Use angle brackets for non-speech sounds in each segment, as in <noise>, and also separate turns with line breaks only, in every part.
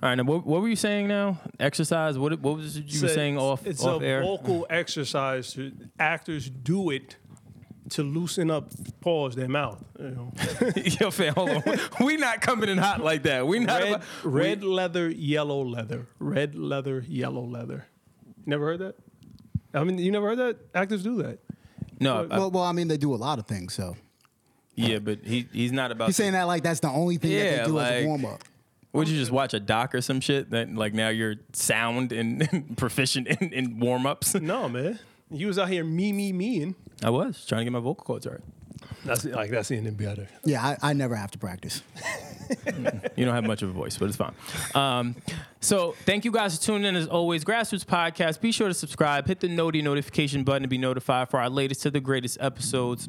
All right, now what, what were you saying now? Exercise. What what was it you were
It's a-
saying off
It's
off
a
air?
vocal exercise. To, actors do it to loosen up, pause their mouth.
<laughs>
You know.
<laughs> Yo, fam, hold on. <laughs> we not coming in hot like that. We not.
red,
about-
red leather, yellow leather. Red leather, yellow leather. Never heard that? I mean, you never heard that? Actors do
<laughs>
that.
no, I-
Well, well, I mean, they do a lot of things. So
yeah, but he he's not about.
he's saying that like that's the only thing that
Yeah,
they do as
like-
a warm up.
Would you just watch a doc or some shit? That like now you're sound and <laughs> proficient in, in warm ups.
No, man. He was out here me, me, meing.
I was trying to get my vocal cords right.
That's like that's even better.
Yeah, I, I never have to practice.
You don't have much of a voice, but it's fine. Um, so thank you guys for tuning in as always. Grassroots Podcast. Be sure to subscribe, hit the noti notification button to be notified for our latest to the greatest episodes.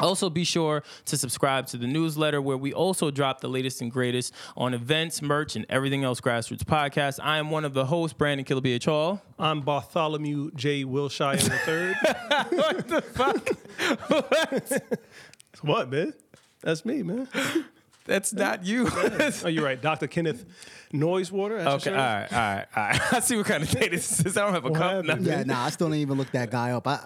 Also, be sure to subscribe to the newsletter where we also drop the latest and greatest on events, merch, and everything else Grassroots Podcast. I am one of the hosts, Brandon Killaby Hall.
I'm Bartholomew J. Wilshire the third.
<laughs> what the fuck?
<laughs> what, man? That's me, man.
That's not you. <laughs>
Oh, you're right. Dr. Kenneth Noisewater. that's
Okay,
your
all
sir?
right, all right, all right. <laughs> I see what kind of day this is. I don't have a
What
cup.
happened?
nothing.
Yeah, nah, I still didn't even look that guy up. I,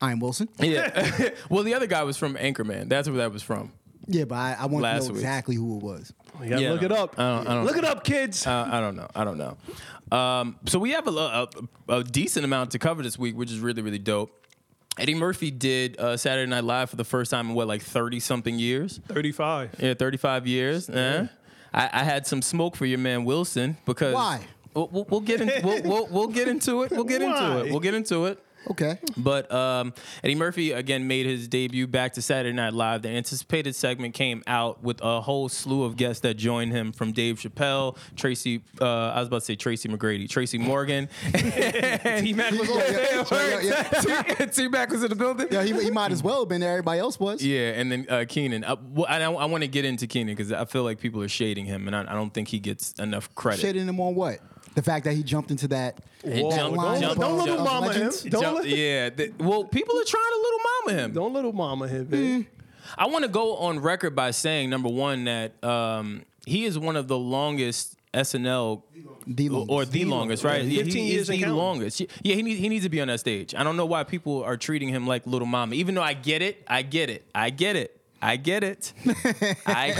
I'm Wilson.
<laughs> Yeah. <laughs> well, the other guy was from Anchorman. That's where that was from.
Yeah, but I, I want to
Last
know
week.
exactly who it was.
You gotta
Yeah,
look
no.
it up.
I don't- I don't-
look it up, kids.
Uh, I don't know. I don't know. Um, so we have a, lo- a, a decent amount to cover this week, which is really, really dope. Eddie Murphy did uh, Saturday Night Live for the first time in what, like thirty something years?
35.
Yeah, thirty-five years. eh? I, I had some smoke for your man Wilson because
Why?
We'll, we'll, we'll get in, we'll, we'll, we'll get into it. We'll get into
Why?
it. We'll get into it. <laughs>
Okay.
But um, Eddie Murphy again made his debut back to Saturday Night Live. The anticipated segment came out with a whole slew of guests that joined him, from Dave Chappelle, Tracy. Uh, I was about to say Tracy McGrady, Tracy Morgan, <laughs> and T Mac was
on there.
<laughs> T Mac was in the building.
Yeah, he, he might as well have been there. Everybody else was.
Yeah, and then uh, Keenan. Uh, well, and I, I want to get into Keenan because I feel like people are shading him, and I, I don't think he gets enough credit.
Shitting him on what? The fact that he jumped into that.
It
that
jumped-
line
jumped-
of-
don't
of
little
mama him.
legends.
Don't
Jump-
let-
yeah. th- well, people are trying to little mama him.
Don't little mama him, man.
Mm. I want to go on record by saying number one that um, he is one of the longest SNL.
The longest.
Or the, longest, right?
Yeah, 15
he
years
is
and
the
counting.
longest. Yeah, he needs he needs to be on that stage. I don't know why people are treating him like little mama. Even though I get it, I get it, I get it, I get it, I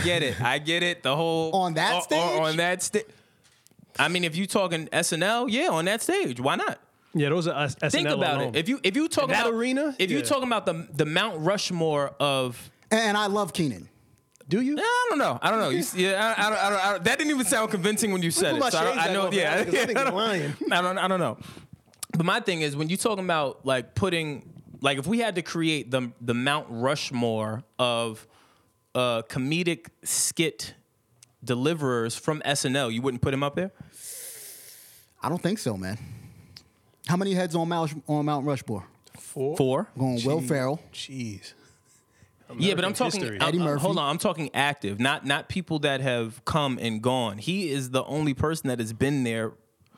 get it, I get it. The whole
On that
or- or
stage?
on that stage. I mean, if you talking SNL, yeah, on that stage, why not?
Yeah, those are S-
Think
SNL
about
alone.
it. If you if you talking
that
about
arena?
if you
Yeah.
talking about the the Mount Rushmore of
And I love Keenan.
do you?
Yeah, I don't know. I don't know. You, see- yeah, I, I, don't, I, don't, I don't. That didn't even sound convincing when you said
put
it.
my
So I, don't,
shades
I know.
back on,
Yeah,
man,
<laughs>
'cause I think
I
you're
don't-
lying.
I don't. I don't know. But my thing is when you talking about like putting like if we had to create the the Mount Rushmore of uh, comedic skit deliverers from SNL, you wouldn't put him up there.
I don't think so, man. How many heads on Mount on Mount Rushmore?
Four.
Going Will Ferrell.
Jeez.
yeah, but I'm talking.
history.
uh,
Eddie
uh,
Murphy.
hold on, I'm talking active, not not people that have come and gone. He is the only person that has been there.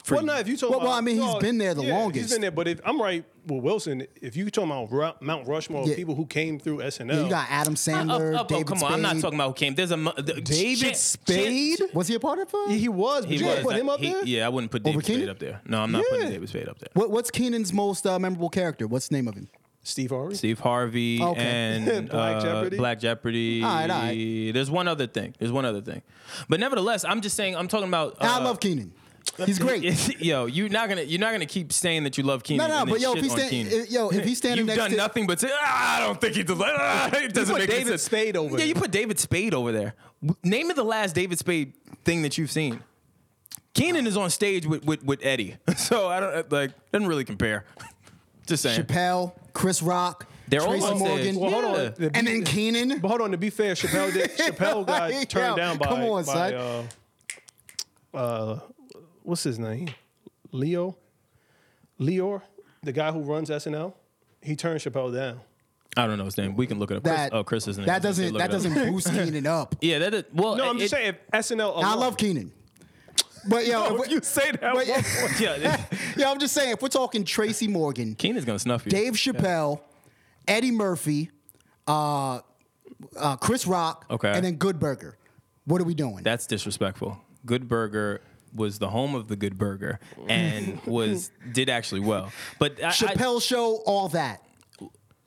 For
Well, no, if you talk
Well,
about,
well, I mean, he's
well,
been there the
yeah,
longest.
He's been there, but if I'm right with Wilson, if you talking about Ru- Mount Rushmore, of
Yeah.
people who came through SNL,
Yeah, you got Adam Sandler,
Up, up,
David
Uh, oh, come on! I'm not
Spade.
talking about who came. There's a mo- the-
David
Chan-
Spade?
Chan-
Was he a part of uh, it?
Yeah, he was, but
He
you
was.
didn't put him up
he,
there.
Yeah, I wouldn't put
Over
David Spade
Keenan?
up there. No, I'm not
Yeah.
putting David Spade up there.
What, what's Keenan's most uh, memorable character? What's the name of him?
Steve Harvey.
Steve Harvey
Okay. <laughs>
and
Black
uh,
Jeopardy?
Black Jeopardy.
All right, all right.
There's one other thing. There's one other thing, but nevertheless, I'm just saying. I'm talking about. Uh, <laughs>
I love Keenan. He's great.
yo, you're not gonna you're not gonna keep saying that you love Keenan.
No, no,
and
but
then
yo, if
shit
he's
on
stand-
Keenan.
if- yo, if he's standing
you've
next
done
to-
nothing but say, ah, I don't think he does. Ah, <laughs> it doesn't
put
make any
David
sense.
Spade over
Yeah,
there.
you put David Spade over there. W- Name of the last David Spade thing that you've seen. <laughs> uh, Keenan is on stage with with, with Eddie, so I don't like doesn't really compare. <laughs> Just saying.
Chappelle, Chris Rock,
They're all
Tracy
on stage.
Morgan,
Well, hold on.
Yeah.
and then Keenan.
But hold on, to be fair, Chappelle did, Chappelle got
Yo,
turned down by,
come on,
by,
son.
Uh, uh, what's his name? Leo, Leor, the guy who runs SNL. He turned Chappelle down.
I don't know his name. We can look it up.
That
Chris, oh, Chris isn't.
That doesn't that doesn't
<laughs>
boost Keenan up.
Yeah, that. Is, well,
No, I'm
it-
just saying if SNL. Alone,
I love Keenan. But yo,
If you say that,
but,
one-
<laughs> Yeah, it- <laughs>
<laughs> yo, I'm just saying if we're talking Tracy Morgan,
Keenan's gonna snuff you.
Dave Chappelle, Eddie Murphy, uh, uh, Chris Rock,
Okay.
and then Good Burger. What are we doing?
That's disrespectful. Good Burger was the home of the Good Burger and was did actually well. But I, I,
Chappelle show, all that.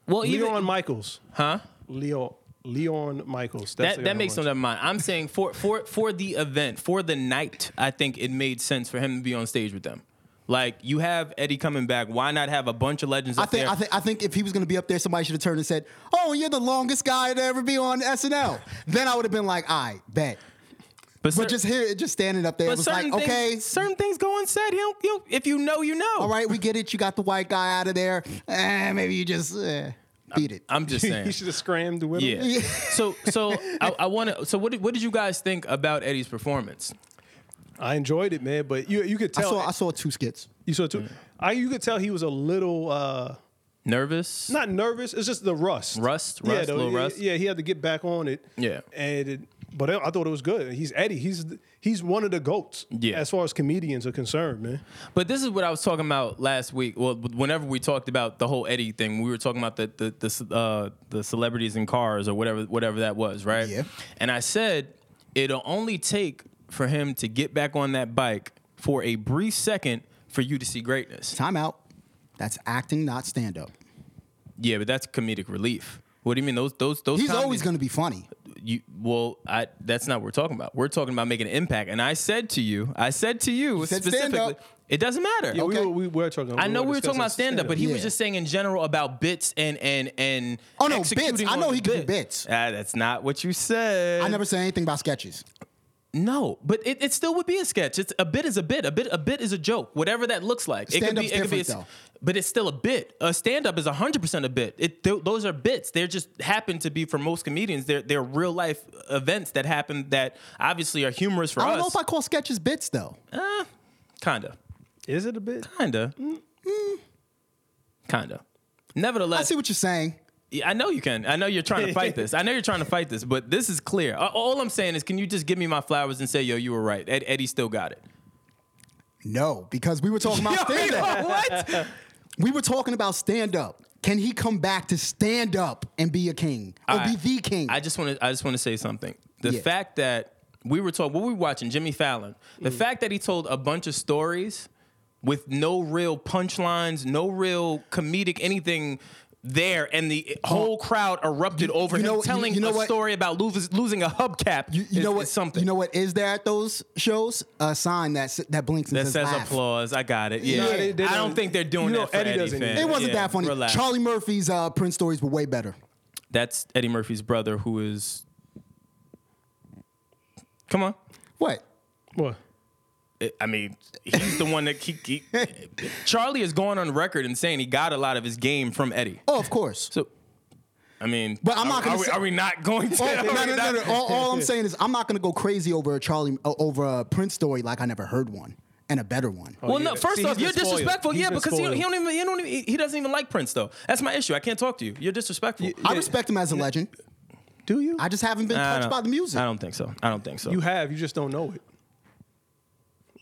well, even
Leon Michaels,
huh?
Leo, Leon Michaels. That's
That, that makes no
them.
never mind. I'm saying for for for the event, for the night, I think it made sense for him to be on stage with them. Like you have Eddie coming back, why not have a bunch of legends
I
up
think,
there?
I think I think if he was gonna be up there, somebody should have turned and said, "Oh, you're the longest guy to ever be on SNL."
<laughs>
then I would have been like, "I bet."
but,
But
cer-
just here, just standing up there, it
but
was
certain
like, "Okay,
things, certain things go unsaid. He'll, he'll if you know, you know.
all right, we get it. You got the white guy out of there. Eh, maybe you just eh, beat it."
I'm
<laughs>
just saying.
<laughs> He should have scrammed with him.
Yeah. so so I, I want to. So what did, what did you guys think about Eddie's performance?
I enjoyed it, man. But you you could
I
tell
saw I saw two skits.
you saw too. I you could tell he was a little. uh
Nervous?
not nervous. It's just the rust.
Rust?
yeah,
Rust?
the-
Little
yeah,
rust?
Yeah, he had to get back on it.
Yeah.
and it, but I I thought it was good. He's Eddie. He's he's one of the goats.
Yeah.
as far as comedians are concerned, man.
But this is what I was talking about last week. Well, whenever we talked about the whole Eddie thing, we were talking about the the the, uh, the celebrities in cars or whatever whatever that was, right?
Yeah.
And I said it'll only take for him to get back on that bike for a brief second for you to see greatness.
Time out. That's acting, not stand up.
Yeah, but that's comedic relief. What do you mean? Those those those.
He's
comedies-
always going to be funny.
you well i that's not what we're talking about we're talking about making an impact and i said to you i said to you,
said stand
specifically
up.
it doesn't matter
Yeah,
Okay.
we, were, we were talking.
i know we were talking
discussing
about stand-up but he was
Yeah.
just saying in general about bits and and and
Oh, no,
executing
bits. I
on
know
the
he can do
bit.
bits.
ah, that's not what you said
I never say anything about sketches.
no but it, it still would be a sketch it's a bit is a bit a bit a bit is a joke whatever that looks like it could be
Stand-up's
it could be a,
different,
but it's still a bit a stand-up is 100% a bit it, th- those are bits they're just happen to be for most comedians they're, they're real life events that happen that obviously are humorous for
I don't
us Eh,
know if I call sketches bits though.
Kinda.
Is it a bit?
Kinda.
Mm,
Kinda.
I
Nevertheless,
see what you're saying.
Yeah, I know you can. I know you're trying
<laughs>
to fight this. I know you're trying to fight this, but this is clear. A- All I'm saying is, can you just give me my flowers and say, yo, you were right. Ed- Eddie still got it.
No, because we were talking
<laughs>
about stand up.
what?
We were talking about stand up. Can he come back to stand up and be a king or
All
be
right.
the king?
I just want to. I just want to say something. The
Yeah.
fact that we were told, what we were watching, Jimmy Fallon. The
Mm.
fact that he told a bunch of stories with no real punchlines, no real comedic anything there, and the whole crowd erupted over
you
him
know- you-
telling
you know
a
what?
story about losing, losing a hubcap.
you, you
is-
know
is
what?
Something
You know what is there at those shows? A sign that s- that blinks and
that
says,
says
laugh.
applause. I got it. Yeah,
No, they- they
I
don't-
don't think they're doing
you know,
that for
Eddie
Eddie.
doesn't
fans.
either.
It wasn't
Yeah,
that funny.
relax.
Charlie Murphy's uh, print stories were way better.
That's Eddie Murphy's brother, who is. Come on.
What?
What?
I mean, he's the one that he, he- Charlie is going on record and saying he got a lot of his game from Eddie.
Oh, of course.
<laughs> So, I mean,
But I'm
are-
not gonna
Are, we-
say-
are we not going to? <laughs>
Oh,
are
no,
we
no, no,
not-
no. All, all I'm saying is I'm not going to go crazy over a Charlie uh, over a Prince story like I never heard one and a better one.
Well, no.
yeah.
First
See,
off,
he's
you're
been spoiled.
disrespectful.
He's
yeah,
been
because he,
spoiled.
he don't even he don't even, he doesn't even like Prince though. That's my issue. I can't talk to you. You're disrespectful.
I respect him as a legend.
Do you?
I just haven't been
I
touched
don't-
by the music.
I don't think so. I don't think so.
you have. You just don't know it.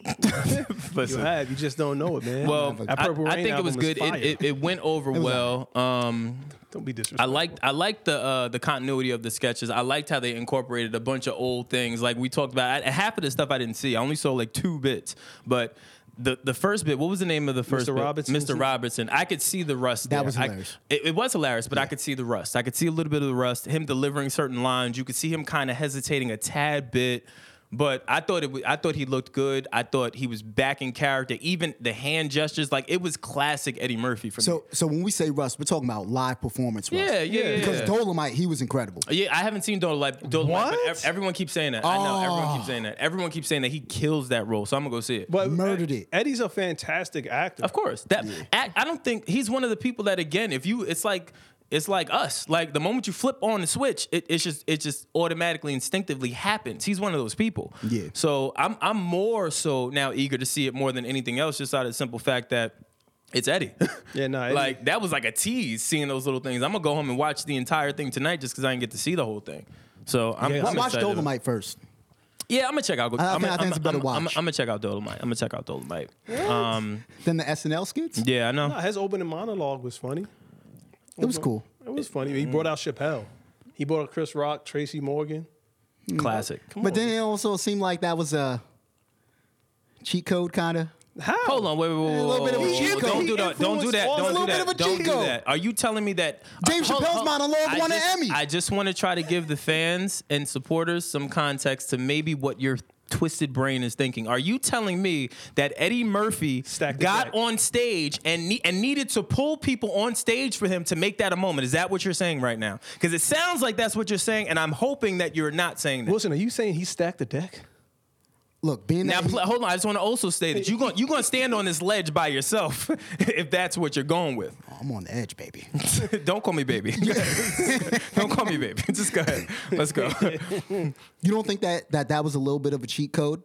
You
<laughs> Listen.
have. You just don't know it, man.
well,
That
I,
Purple
I
Rain
think it was
album is
good. It,
fire.
it, it went over well. Um,
don't be
I
disrespectful.
liked I liked the uh, the continuity of the sketches. I liked how they incorporated a bunch of old things, like we talked about. I, half of the stuff I didn't see. I only saw like two bits, but. The, the first bit, what was the name of the first
Mr.
bit?
Robinson?
Mr. Robertson. I could see the rust.
That
there.
was
I-
hilarious.
it, it was hilarious, but I could see the rust. I could see a little bit of the rust. Him delivering certain lines. You could see him kind of hesitating a tad bit. But I thought it. wa- I thought he looked good. I thought he was back in character. Even the hand gestures, like it was classic Eddie Murphy for me.
So, so when we say Russ, we're talking about live performance. Russ.
Yeah, yeah, yeah.
Because Dolomite, he was incredible.
Yeah, I haven't seen Dolomite. Dolomite
What?
But ev- everyone keeps saying that. I know everyone keeps saying that. Everyone keeps saying that he kills that role. So I'm gonna go see it.
But
Murdered it.
Eddie's a fantastic actor.
Of course, that I, I don't think he's one of the people that again, if you, it's like it's like us. Like the moment you flip on the switch, it, it's just it just automatically instinctively happens. He's one of those people.
Yeah.
So I'm I'm more so now eager to see it more than anything else, just out of the simple fact that. It's
<laughs>
Eddie.
Yeah, no, Eddie-
like that was like a tease seeing those little things. I'm gonna go home and watch the entire thing tonight just because I didn't get to see the whole thing. So I'm,
Yeah.
I'm
I watched
excited.
Dolomite first.
Yeah, I'm gonna check out.
I
I'm
think- I think it's a better
I'm,
watch.
gonna check out Dolomite. I'm gonna check out Dolomite. Um,
Then the SNL skits.
yeah, I know.
Nah, his opening monologue was funny.
It was cool.
It Mm. was funny. He brought out Chappelle. He brought out Chris Rock, Tracy Morgan.
Classic.
But then it also seemed like that was a cheat code, kind of.
How?
Hold on, wait, wait, wait,
A little bit of a
wait, wait,
cheat
wait,
code.
Don't do that. Don't do that. Don't
Influence was
do that.
a
little bit of a
Don't
cheat
do
code.
that. Are you telling me that uh,
Dave
hold-
Chappelle's
hold-
monologue
I
won an
just-
Emmy.
I just want to try to give the fans and supporters some context to maybe what your twisted brain is thinking. Are you telling me that Eddie Murphy
Stack the
got
deck.
on stage and ne- and needed to pull people on stage for him to make that a moment? Is that what you're saying right now? Because it sounds like that's what you're saying, and I'm hoping that you're not saying that.
Wilson, are you saying he stacked the deck?
Look, being
Now,
that he-
pl- hold on. I just want to also say that you're going you gonna stand on this ledge by yourself <laughs> if that's what you're going with. <laughs>
Oh, I'm on the edge, baby.
Don't call me baby. <laughs> Don't call me baby. <laughs> Just go ahead. Let's go. <laughs>
You don't think that that that was a little bit of a cheat code?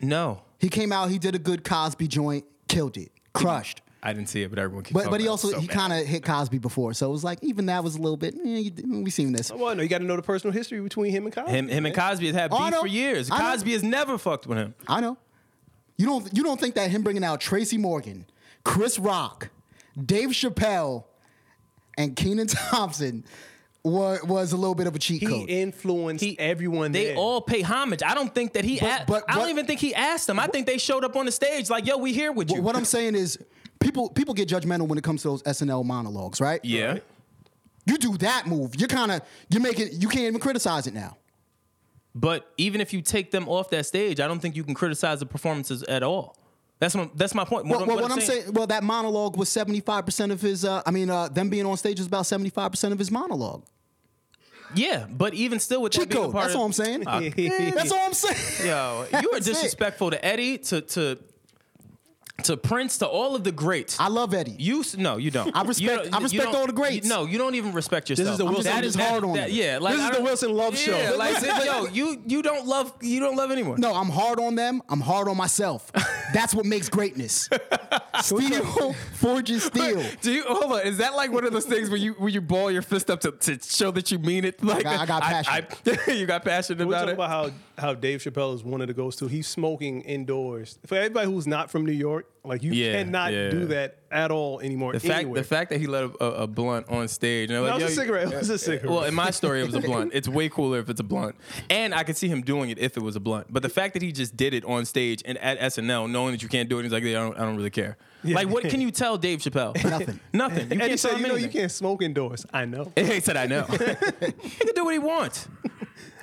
No,
He came out, he did a good Cosby joint, killed it, crushed.
I didn't see it, but everyone keeps
But
talking
but he
about it.
also
So
he
bad.
kind of hit Cosby before, so it was like even that was a little bit. eh, you- we seen this.
Well, no, you got to know the personal history between him and Cosby.
Him, him and Cosby have had
Oh, I
beef
know.
for years.
I know.
Cosby has never fucked with him.
I know. You don't you don't think that him bringing out Tracy Morgan, Chris Rock, Dave Chappelle, and Keenan <laughs> Thompson was was a little bit of a cheat
he
code.
influenced
He-
everyone.
They
there.
all pay homage. I don't think that he. a-
but
I don't
what-
even think he asked them. I think they showed up on the stage like, "Yo, we here with you."
what I'm saying is people people get judgmental when it comes to those SNL monologues, right?
yeah.
You do that move, you're kind of you make it. You can't even criticize it now.
But even if you take them off that stage, I don't think you can criticize the performances at all. That's my that's my point.
Well, well, what, I'm saying, well, that monologue was 75 percent of his. Uh, I mean, uh, them being on stage was about 75 percent of his monologue.
yeah. But even still, with that being a
Chico,
part
that's
of, Ah.
all
<laughs>
I'm saying. that's all I'm saying.
Yo, you are
<laughs> That's it.
disrespectful to Eddie, to to to Prince, to all of the greats.
I love Eddie.
you s- no, you don't.
<laughs> I respect-
You don't-
I
you
respect
don't-
all the greats.
you- no, you don't even respect yourself.
is the
I'm
Wilson-
just-
that is hard on him.
Yeah, like
This is
I
the
don't-
Wilson Love show.
Yeah, like
<laughs>
yo, you you don't love you don't love anyone.
No, I'm hard on them. I'm hard
<laughs>
on myself. That's what makes greatness. Steel forges steel.
Do you hold on? Is that like one of those things where you where you ball your fist up to, to show that you mean it? Like
got- I
<laughs>
got
you got passionate
We're
about
talking
it.
about how, how Dave Chappelle is one of the goes to. He's smoking indoors. For everybody who's not from New York, like you
Yeah,
cannot
yeah.
do that at all anymore.
The fact,
anywhere.
the fact that he let a, a, a blunt on stage. And they're
No,
like,
it was
"Yo,
a cigarette. It was a
uh,
cigarette."
Well, in my story, it
<laughs>
was a blunt. It's way cooler if it's a blunt. And I could see him doing it if it was a blunt. But the fact that he just did it on stage and at SNL, knowing that you can't do it, he's like, yeah, I, don't, I don't really care. Like, what
<laughs>
can you tell Dave Chappelle?
<laughs> Nothing.
<laughs> Nothing. You
and he
can't tell
said,
him
you know, you
anything."
can't smoke indoors. I know.
<laughs> He said, I
<laughs>
know. he could do what he wants.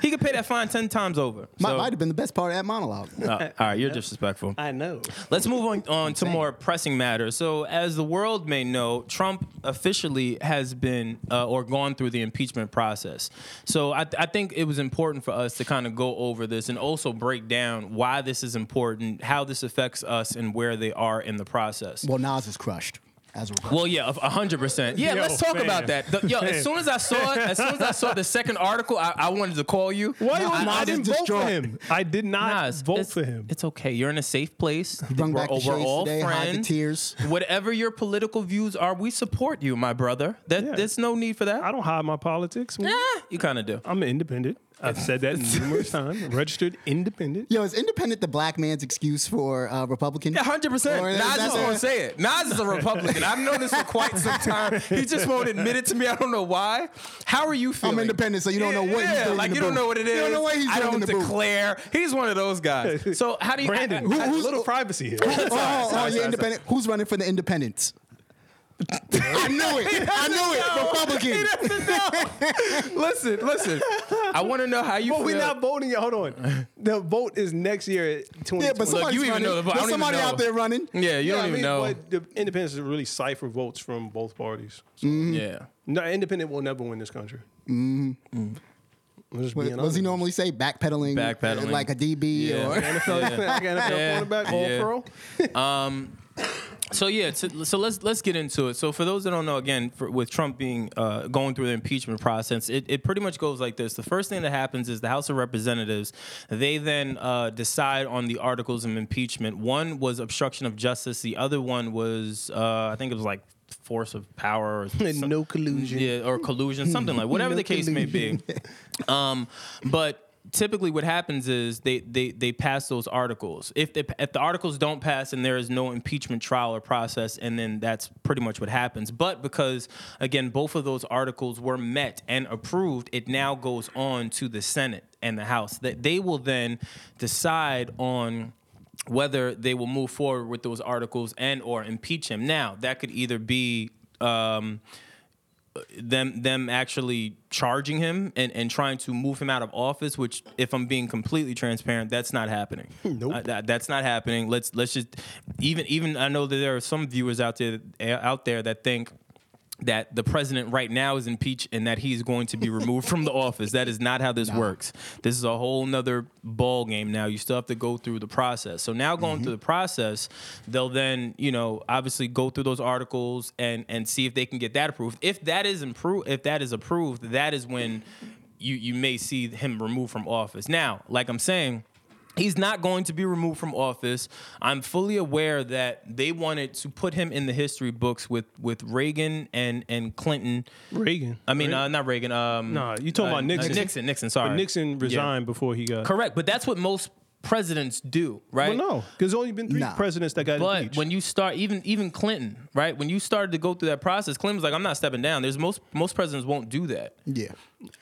He could pay that fine 10 times over.
Might,
So-
might have been the best part of that monologue.
Uh, all right, you're disrespectful.
I know.
Let's move on, on to more pressing matters. So, as the world may know, Trump officially has been uh, or gone through the impeachment process. So, I, I think it was important for us to kind of go over this and also break down why this is important, how this affects us, and where they are in the process.
Well, Nas is crushed. As a result.
Well, yeah, a hundred percent. Yeah,
Yo,
let's talk
man.
about that. The- yo, as soon as I saw it, as soon as I saw the second article, I, I wanted to call you.
Why you-
Nas
I,
is
didn't vote for
distraught.
him. I did not
Nas,
vote
it's-
for him.
It's okay. You're in a safe place.
Bring
we're
back the
we're
shades
all
today, hide the
friends.
tears.
<laughs> Whatever your political views are, we support you, my brother. That
Yeah.
there's no need for that.
I don't hide my politics.
<laughs> Ah, you kind of do.
I'm an independent. I've said that numerous times. Registered independent.
Yo, is independent the black man's excuse for uh, Republican?
Yeah, 100%.
Or is
Nas
that
just
the-
going to say it. Nas is a Republican. I've known this for quite some time. He just won't admit it to me. I don't know why. How are you feeling?
independent, so you don't know what he's
yeah,
doing in
like
the
you don't
booth.
know what it
You
is.
don't know what he's
I
doing in
don't
the booth.
declare. He's one of those guys. So how do you
Brandon,
I- I-
who's
who's-
little privacy here?
<laughs> Oh, oh,
sorry,
yeah,
sorry.
independent. Who's running for the
<laughs>
independents? I knew it. I knew it.
He
Republican.
doesn't know. listen, listen. I want to know how you
But
feel.
we're not voting yet. Hold
<laughs>
on. The vote is next year. At 2020.
Yeah, but
Look,
somebody's
you even
running.
know the vote. I
There's
don't even
somebody
know.
out there running.
yeah, you
Yeah,
don't
I
even
mean,
know.
But the independents really cipher votes from both parties. So,
Mm-hmm.
yeah.
No, independent will never win this country. Mm-hmm. Just
What
being
does he
honest.
normally say? Backpedaling,
Backpedaling.
uh, like a DB
Yeah. <laughs>
or
NFL, <laughs> like NFL
Yeah.
quarterback, all
Yeah. Um,
pro.
So yeah, so, so let's let's get into it. So for those that don't know, again, for, with Trump being uh, going through the impeachment process, it, it pretty much goes like this. The first thing that happens is the House of Representatives, they then uh, decide on the articles of impeachment. One was obstruction of justice. The other one was uh, I think it was like force of power or some-
<laughs> no collusion.
yeah, or collusion, something like whatever the case may be. <laughs> Um, but typically, what happens is they they they pass those articles. If they, if the articles don't pass, and there is no impeachment trial or process, and then that's pretty much what happens. But because again, both of those articles were met and approved, it now goes on to the Senate and the House that they will then decide on whether they will move forward with those articles and or impeach him. Now, that could either be um, them them actually charging him and, and trying to move him out of office, which if I'm being completely transparent, that's not happening. Nope. that, that's not happening. Let's let's just even even I know that there are some viewers out there out there that think that the president right now is impeached and that he's going to be removed from the office. That is not how this works. This is a whole nother ball game now. You still have to go through the process. So now going through the process, they'll then, you know, obviously go through those articles and and see if they can get that approved. If that is improved if that is approved, that is when you you may see him removed from office. Now, like I'm saying, He's not going to be removed from office. I'm fully aware that they wanted to put him in the history books with with Reagan and and Clinton.
Reagan.
I mean, uh, not Reagan. Um,
Nah, you talking
uh,
about Nixon.
uh, Nixon. Nixon. Sorry.
But Nixon resigned before he got.
Yeah. Correct, but that's what most presidents do, right?
Well, no, because there's only been three
Nah.
presidents that got
But
impeached.
when you start, even even Clinton, right? When you started to go through that process, Clinton was like, "I'm not stepping down." There's most most presidents won't do that.
yeah.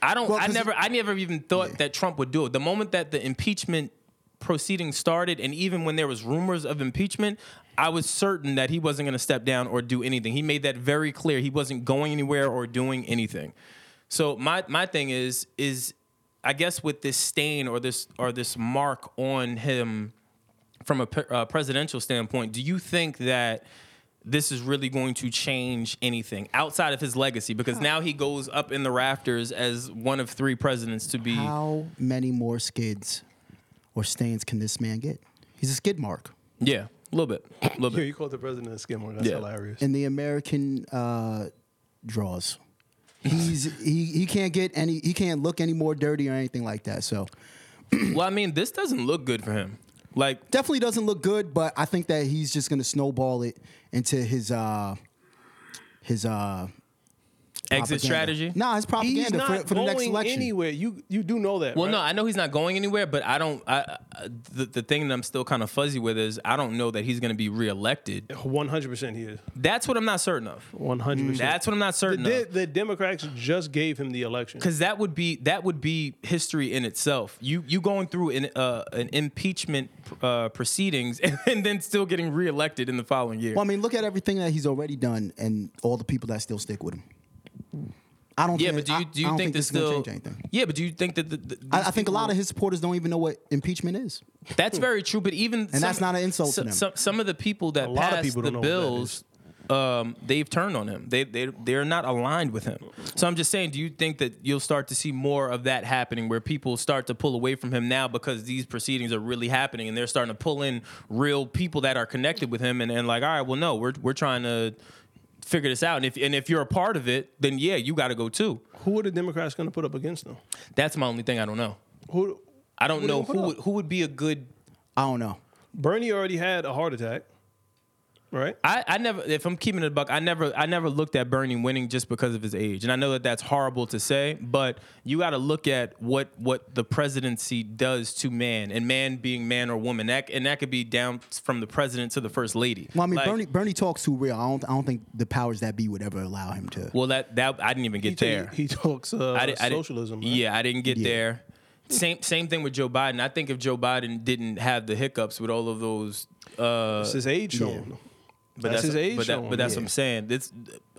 I don't.
Well,
I
'cause-
never. I never even thought that Trump would do it. The moment that the impeachment proceedings started, and even when there was rumors of impeachment, I was certain that he wasn't going to step down or do anything. He made that very clear. He wasn't going anywhere or doing anything. So my my thing is is I guess with this stain or this or this mark on him from a pe- uh, presidential standpoint, do you think that this is really going to change anything outside of his legacy? Because now he goes up in the rafters as one of three presidents to be.
How many more skids or stains can this man get? He's a skid mark
Yeah, a little bit, a little
yeah,
bit.
you called the president a skimmer. That's
Yeah.
hilarious.
in the American uh, draws. He's he, he can't get any he can't look any more dirty or anything like that. So
Well, I mean, this doesn't look good for him. Like,
definitely doesn't look good, but I think that he's just gonna snowball it into his uh his uh
Exit
propaganda.
strategy?
Nah, his propaganda for, for the next election.
anywhere. You you do know that.
well,
right?
no, I know he's not going anywhere, but I don't. I, I, the, the thing that I'm still kind of fuzzy with is I don't know that he's going to be reelected.
One hundred percent, he is.
That's what I'm not certain of.
One hundred percent.
Mm, That's what I'm not certain
The,
of.
the Democrats just gave him the election.
Because that would be that would be history in itself. You you going through an uh, an impeachment uh, proceedings <laughs> and, then still getting reelected in the following year.
Well, I mean, look at everything that he's already done and all the people that still stick with him. I don't
yeah,
think,
but do you
I-
do you
I don't
think,
think
this
this is gonna
still?
change anything.
Yeah, but do you think that the, the,
I,
these
I think a
people-
lot of his supporters don't even know what impeachment is.
That's very true, but even and
that's not an insult to
Some,
them.
some, some of the people that
A lot of
passed
people
the
don't know what that
bills, um, they've turned on him. They they they're not aligned with him. So I'm just saying, do you think that you'll start to see more of that happening, where people start to pull away from him now because these proceedings are really happening, and they're starting to pull in real people that are connected with him, and and like, all right, well, no, we're we're trying to figure this out, and if and if you're a part of it, then yeah, you got to go too.
Who are the Democrats going to put up against them?
That's my only thing I don't know.
Who?
I don't
Who they
know
gonna put
who
up?
would, who would be a good
I don't know.
Bernie already had a heart attack, right?
I, I never if I'm keeping it a buck, I never I never looked at Bernie winning just because of his age. And I know that that's horrible to say, but you got to look at what what the presidency does to man and man being man or woman. That and that could be down from the president to the first lady.
Well, I mean,
Like,
Bernie Bernie talks too real. I don't I don't think the powers that be would ever allow him to.
Well, that that I didn't even get
He-
there.
He, talks uh,
I di- I di-
socialism. right?
Yeah, I didn't get there. Same same thing with Joe Biden. I think if Joe Biden didn't have the hiccups with all of those uh,
It's his age showing.
But
That's his age
But, that-
showing.
but that's what
Yeah.
I'm saying. This,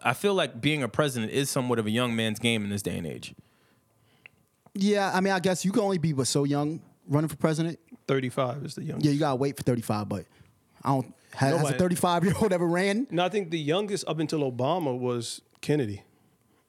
I feel like being a president is somewhat of a young man's game in this day and age.
Yeah, I mean, I guess you can only be but so young running for president.
35 is the youngest.
Yeah, you gotta wait for 35, but I don't. Has, has a
Nobody-
35 year old ever ran?
No, I think the youngest up until Obama was Kennedy.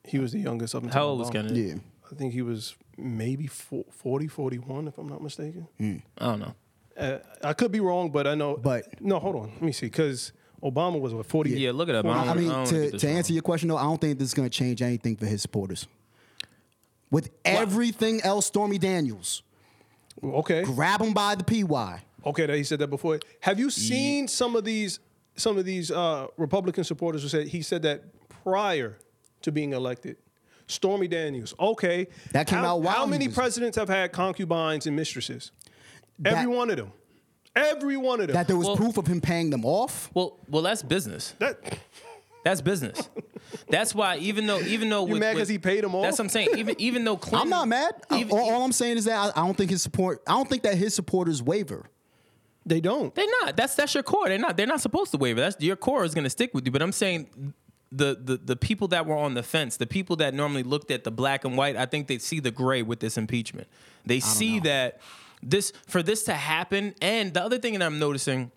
He was the youngest up until
How old was
Obama.
Kennedy?
Yeah.
I think he was maybe four- 40, 41, if I'm not mistaken.
Hmm.
I don't know.
Uh, I could be wrong, but I know.
But-
no, hold on. Let me see. Because Obama was what 48.
Yeah, look it up.
I
don't-
mean,
I don't
to,
get this
to
wrong.
answer your question, though, I don't think this is going to change anything for his supporters. With everything else, Stormy Daniels,
Okay.
grab him by the PY.
Okay. That he said that before. Have you seen some of these some of these uh, Republican supporters who said he said that prior to being elected? Stormy Daniels. Okay.
That came
how,
out while
How
he
many
was-
presidents have had concubines and mistresses? Every
That-
one of them. Every one of them.
That there was
Well-
proof of him paying them off.
Well, well, that's business.
That-
That's business. <laughs> That's why, even though, even though,
You
with-
mad
with-
'cause he paid 'em off?
That's what I'm saying. Even, even though Clinton,
I'm not mad.
even-
all, all I'm saying is that I, I don't think his support. I don't think that his supporters waver.
they don't.
They're not. That's that's your core. They're not. They're not supposed to waver. That's your core is going to stick with you. But I'm saying. The, the the people that were on the fence, the people that normally looked at the black and white, I think they see the gray with this impeachment. They see that this for this to happen. And the other thing that I'm noticing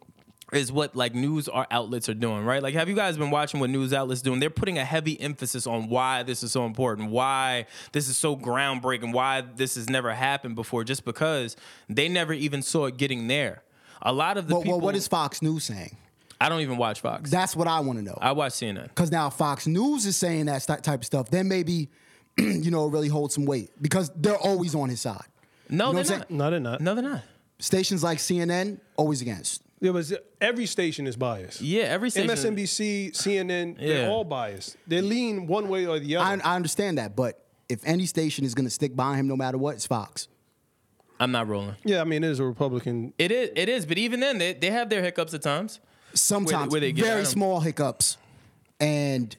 is what like news or outlets are doing, right? Like, have you guys been watching what news outlets doing? They're putting a heavy emphasis on why this is so important, why this is so groundbreaking, why this has never happened before, just because they never even saw it getting there. A lot of the
But
people.
well, what is Fox News saying?
I don't even watch Fox.
That's what I want to know.
I watch CNN.
Because now if Fox News is saying that sti- type of stuff. Then maybe, <clears throat> you know, it really hold some weight because they're always on his side.
No,
You know what
they're
I'm
not.
No, they're not.
No, they're not.
Stations like CNN always against.
There was every station is biased.
Yeah, every station.
MSNBC, CNN,
Yeah.
they're all biased. They lean one way or the
I,
other.
I understand that, but if any station is going to stick by him no matter what, it's Fox.
I'm not rolling.
yeah, I mean, it is a Republican.
It is. It is. But even then, they, they have their hiccups at times.
Sometimes
where they get at
very
'em.
small hiccups, and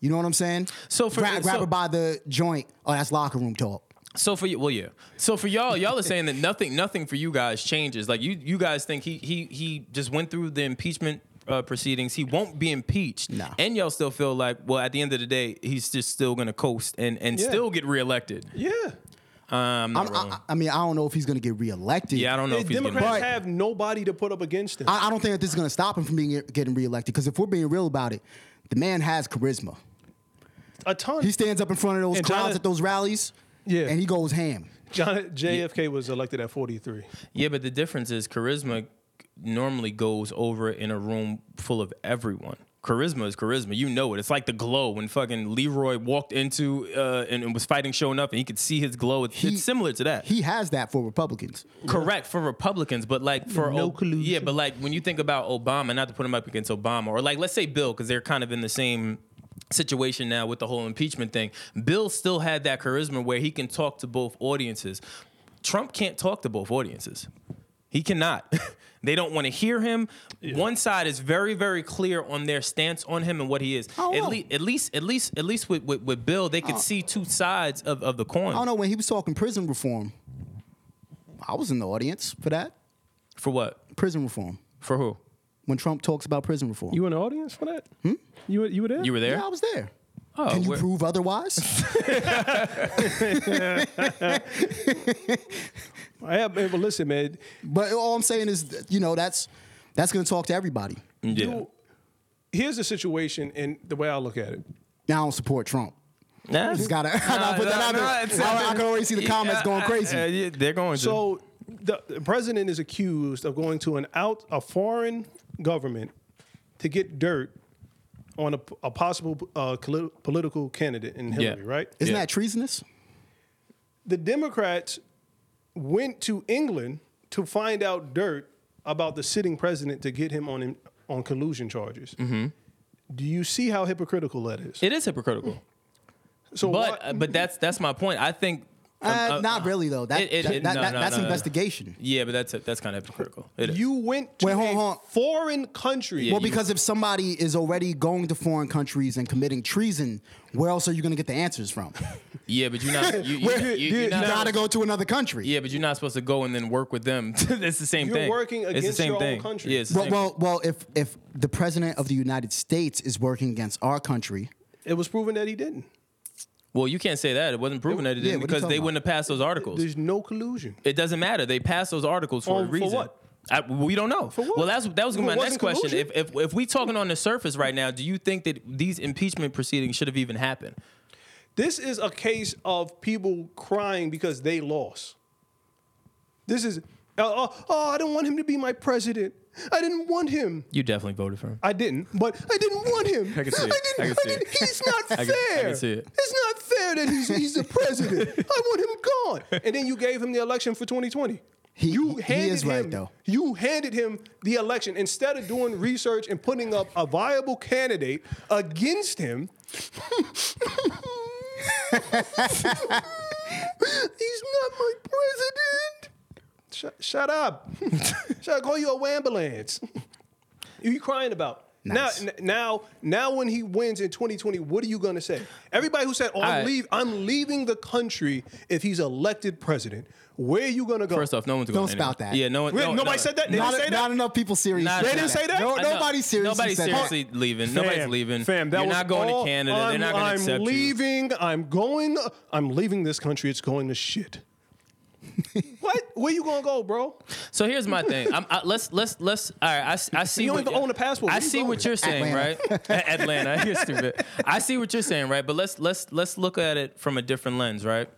you know what I'm saying.
So for-
grab, grab
so-
her by the joint. Oh, that's locker room talk.
So for you, well, yeah. So for y'all, y'all are saying that nothing, nothing for you guys changes. Like you, you guys think he, he, he just went through the impeachment uh, proceedings. He won't be impeached,
Nah.
and y'all still feel like, well, at the end of the day, he's just still gonna coast and and
Yeah.
still get reelected.
Yeah.
Um,
I'm, I, I mean, I don't know if he's going to get reelected.
yeah, I don't know
The
if he's
Democrats
gonna.
But-
have nobody to put up against them.
I, I don't think that this is going to stop him from being getting reelected. Because if we're being real about it, the man has charisma.
A ton.
He stands up in front of those
And
crowds
Jonathan-
at those rallies,
Yeah.
and he goes ham.
John, JFK was elected at 43.
Yeah, but the difference is charisma normally goes over in a room full of everyone. Charisma is charisma. You know it. It's like the glow when fucking Leroy walked into uh, and, and was fighting showing up and he could see his glow. It's,
He-
it's similar to that.
He has that for Republicans.
Correct for Republicans, but like for
No
Ob-
collusion.
Yeah, but like when you think about Obama, not to put him up against Obama, or like let's say Bill, because they're kind of in the same situation now with the whole impeachment thing. Bill still had that charisma where he can talk to both audiences. Trump can't talk to both audiences. He cannot. <laughs> they don't want to hear him. One side is very, very clear on their stance on him and what he is.
don't
At,
know.
le- at least, at least, at least with with, with Bill, they could see two sides of, of the coin.
I don't know when he was talking prison reform. I was in the audience for that
For what?
prison reform.
For who?
When Trump talks about prison reform,
You in the audience for that? You, were- you were there?
You were there.
yeah, I was there.
Oh,
Can you
where- <laughs>
prove otherwise?
I have, eh, but listen, man.
but all I'm saying is, that, you know, that's that's going to talk to everybody.
yeah.
You, here's the situation and the way I look at it.
Now I don't support Trump.
Nah,
Just gotta, <laughs> I gotta put that out there. I, I can already see the comments
uh,
going crazy.
they're going to.
So the, the president is accused of going to an out a foreign government to get dirt on a, a possible uh, coli- political candidate in Hillary,
Yeah.
right?
Isn't
Yeah. Um,
that treasonous?
The Democrats went to England to find out dirt about the sitting president to get him on in, on collusion charges. Do you see how hypocritical that is?
Mm-hmm. it is hypocritical.
so
But uh,
why-
but that's that's my point. I think.
Uh,
um, uh,
not really though. That,
it- it-
that-
it-
that-
no,
that-
no,
that's
no, no.
investigation.
Yeah, but that's that's kind of hypocritical. It is.
you went to
Wait, hold
a
on.
foreign country.
Well, because if somebody is already going to foreign countries and committing treason, where else are you going to get the answers from?
yeah, but you're not. You, you,
Where-
you,
you,
are not,
gotta go to another country.
Yeah, but you're not supposed to go and then work with them. <laughs> it's the same
You're
thing.
working
It's
against
the same
your own
thing.
country.
Yeah, it's the
Well,
same
well, well, if if the president of the United States is working against our country,
it was proven that he didn't.
Well, you can't say that. It wasn't proven that it
Yeah,
didn't
what are you
because
talking
they wouldn't have passed those articles.
There's no collusion.
It doesn't matter. They passed those articles for
Oh,
a
for
reason.
what?
I, we don't know. For
what?
Well, that's that was gonna be
It
my next
wasn't
question. If,
collusion?
if if we talking on the surface right now, do you think that these impeachment proceedings should have even happened?
This is a case of people crying because they lost. This is, oh, oh, oh, I didn't want him to be my president. I didn't want him.
You definitely voted for him.
I didn't, but I didn't want him.
<laughs> I can see it.
didn't.
I can see it.
didn't. He's not
<laughs> I can- I
fair.
can see it.
It's not fair that he's he's
<laughs>
the president. I want him gone. And then you gave him the election for 2020.
He-
you
he is
handed
right,
him,
though.
You handed him the election instead of doing research and putting up a viable candidate against
<laughs>
him. he's not my president. Shut, shut
<laughs>
up. shut up. Call you a ambulance. Who you crying about?
Nice.
Now, n- now, now, when he wins in 2020, what are you gonna say? Everybody who said, "Oh,
I-
I'm, leave, I'm leaving the country if he's elected president," where are you gonna go?
First off, no one's
Don't
going anywhere.
spout that.
Yeah, no one.
Wait,
no, no-
nobody said that. They
Not,
didn't say
not
that.
enough people serious.
Not-
They didn't say that?
No,
I know.
nobody seriously
Nobody's
said
seriously leaving. Nobody's
Fam,
leaving.
Fam, that
You're
was
not going
all-
to Canada. They're
I'm-
not going to
I'm
accept you.
leaving. I'm going. I'm leaving this country. It's going to shit. <laughs> what? Where you gonna go, bro?
So here's my thing. I'm, I, let's let's let's. All right, I, s- I see.
You don't
what-
even own a passport.
I
Where you
see what
going?
you're saying,
Atlanta.
<laughs>
right? A- Atlanta. <laughs> You're stupid. I see what you're saying, right? But let's let's let's look at it from a different lens, right?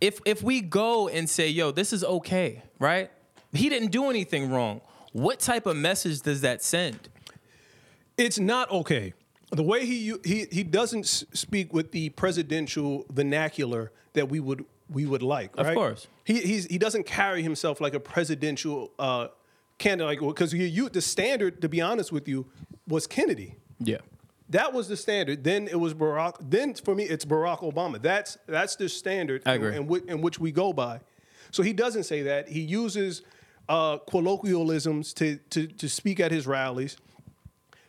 If if we go and say, "Yo, this is okay," right? He didn't do anything wrong. What type of message does that send?
It's not okay. The way he u- he he doesn't s- speak with the presidential vernacular that we would we would like.
Of
right?
course.
he he's, he doesn't carry himself like a presidential uh, candidate. Like because you, you the standard, to be honest with you, was Kennedy.
Yeah.
That was the standard. Then it was Barack. Then for me, it's Barack Obama. That's that's the standard
I agree.
In, whi- in which we go by. So he doesn't say that. He uses uh, colloquialisms to, to to speak at his rallies.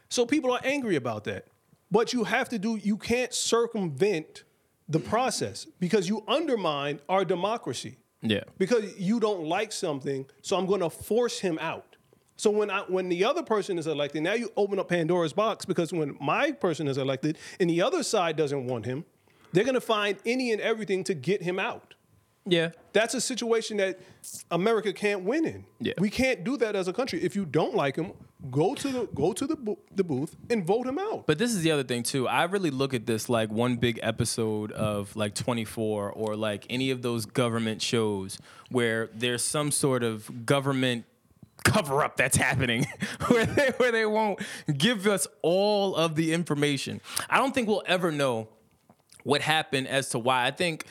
So people are angry about that. But you have to do. You can't circumvent the process because you undermine our democracy
Yeah.
because you don't like something, so I'm going to force him out. So when I, when the other person is elected, now you open up Pandora's box because when my person is elected and the other side doesn't want him, they're going to find any and everything to get him out.
Yeah.
That's a situation that America can't win in.
Yeah.
We can't do that as a country. If you don't like him, go to the go to the, bo- the booth and vote him out.
But this is the other thing too. I really look at this like one big episode of like 24 or like any of those government shows where there's some sort of government cover up that's happening <laughs> where they where they won't give us all of the information. I don't think we'll ever know what happened as to why. I think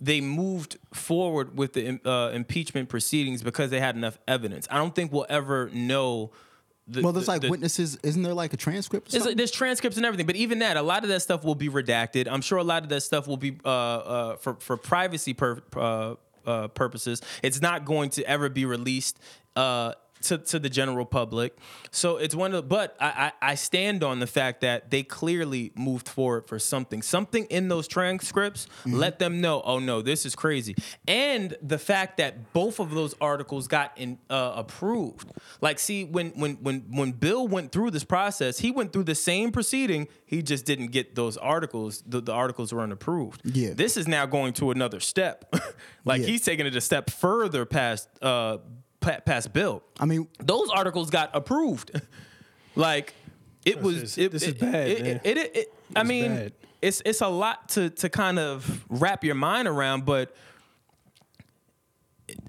they moved forward with the im- uh, impeachment proceedings because they had enough evidence. I don't think we'll ever know the
Well, there's
the-
like
the-
witnesses. Isn't there like a transcript? Or
there's,
something?
there's transcripts and everything, but even that, a lot of that stuff will be redacted. I'm sure a lot of that stuff will be uh, uh, for for privacy pur- uh, uh, purposes. It's not going to ever be released uh, to to the general public. So it's one of. But I, I I stand on the fact that they clearly moved forward for something. Something in those transcripts
Mm-hmm.
let them know. Oh no, this is crazy. And the fact that both of those articles got in, uh, approved. Like, see, when when when when Bill went through this process, he went through the same proceeding. He just didn't get those articles. The, the articles weren't approved.
Yeah.
This is now going to another step. <laughs> like
Yeah.
he's taking it a step further past uh pa- past Bill.
I mean,
those articles got approved. <laughs> like it was.
is-
it,
this is
it-
bad,
It,
man.
it, it, it- I mean,
bad.
it's it's a lot to to kind of wrap your mind around, but.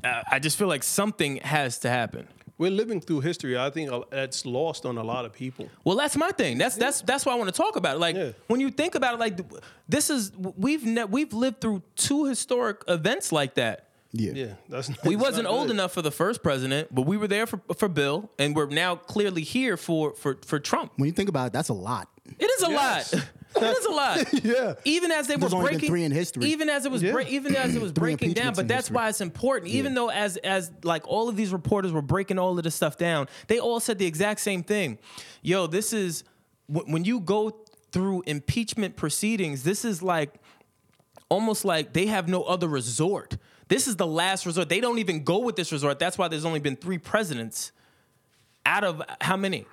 I I just feel like something has to happen.
We're living through history. I think uh, that's lost on a lot of people.
Well, that's my thing. That's that's that's why I want to talk about it. Like
Yeah.
when you think about it, like th- this is we've ne- we've lived through two historic events like
<laughs>
that.
yeah.
Yeah, that's not,
We
that's
wasn't
not
old
good.
enough for the first president, but we were there for, for Bill, and we're now clearly here for for for Trump.
When you think about it, that's a lot.
It is a
Yes.
lot. It is a lot.
<laughs> Yeah.
Even as they
There's
were
only been
breaking
three in history.
Even as it was
Yeah.
break, even as
<clears throat>
it was breaking down,
impeachments
but
in
that's
history.
why it's important. Even though as as like all of these reporters were breaking all of this stuff down, they all said the exact same thing. Yo, this is wh- when you go through impeachment proceedings, this is like almost like they have no other resort. This is the last resort. They don't even go with this resort. That's why there's only been three presidents out of how many?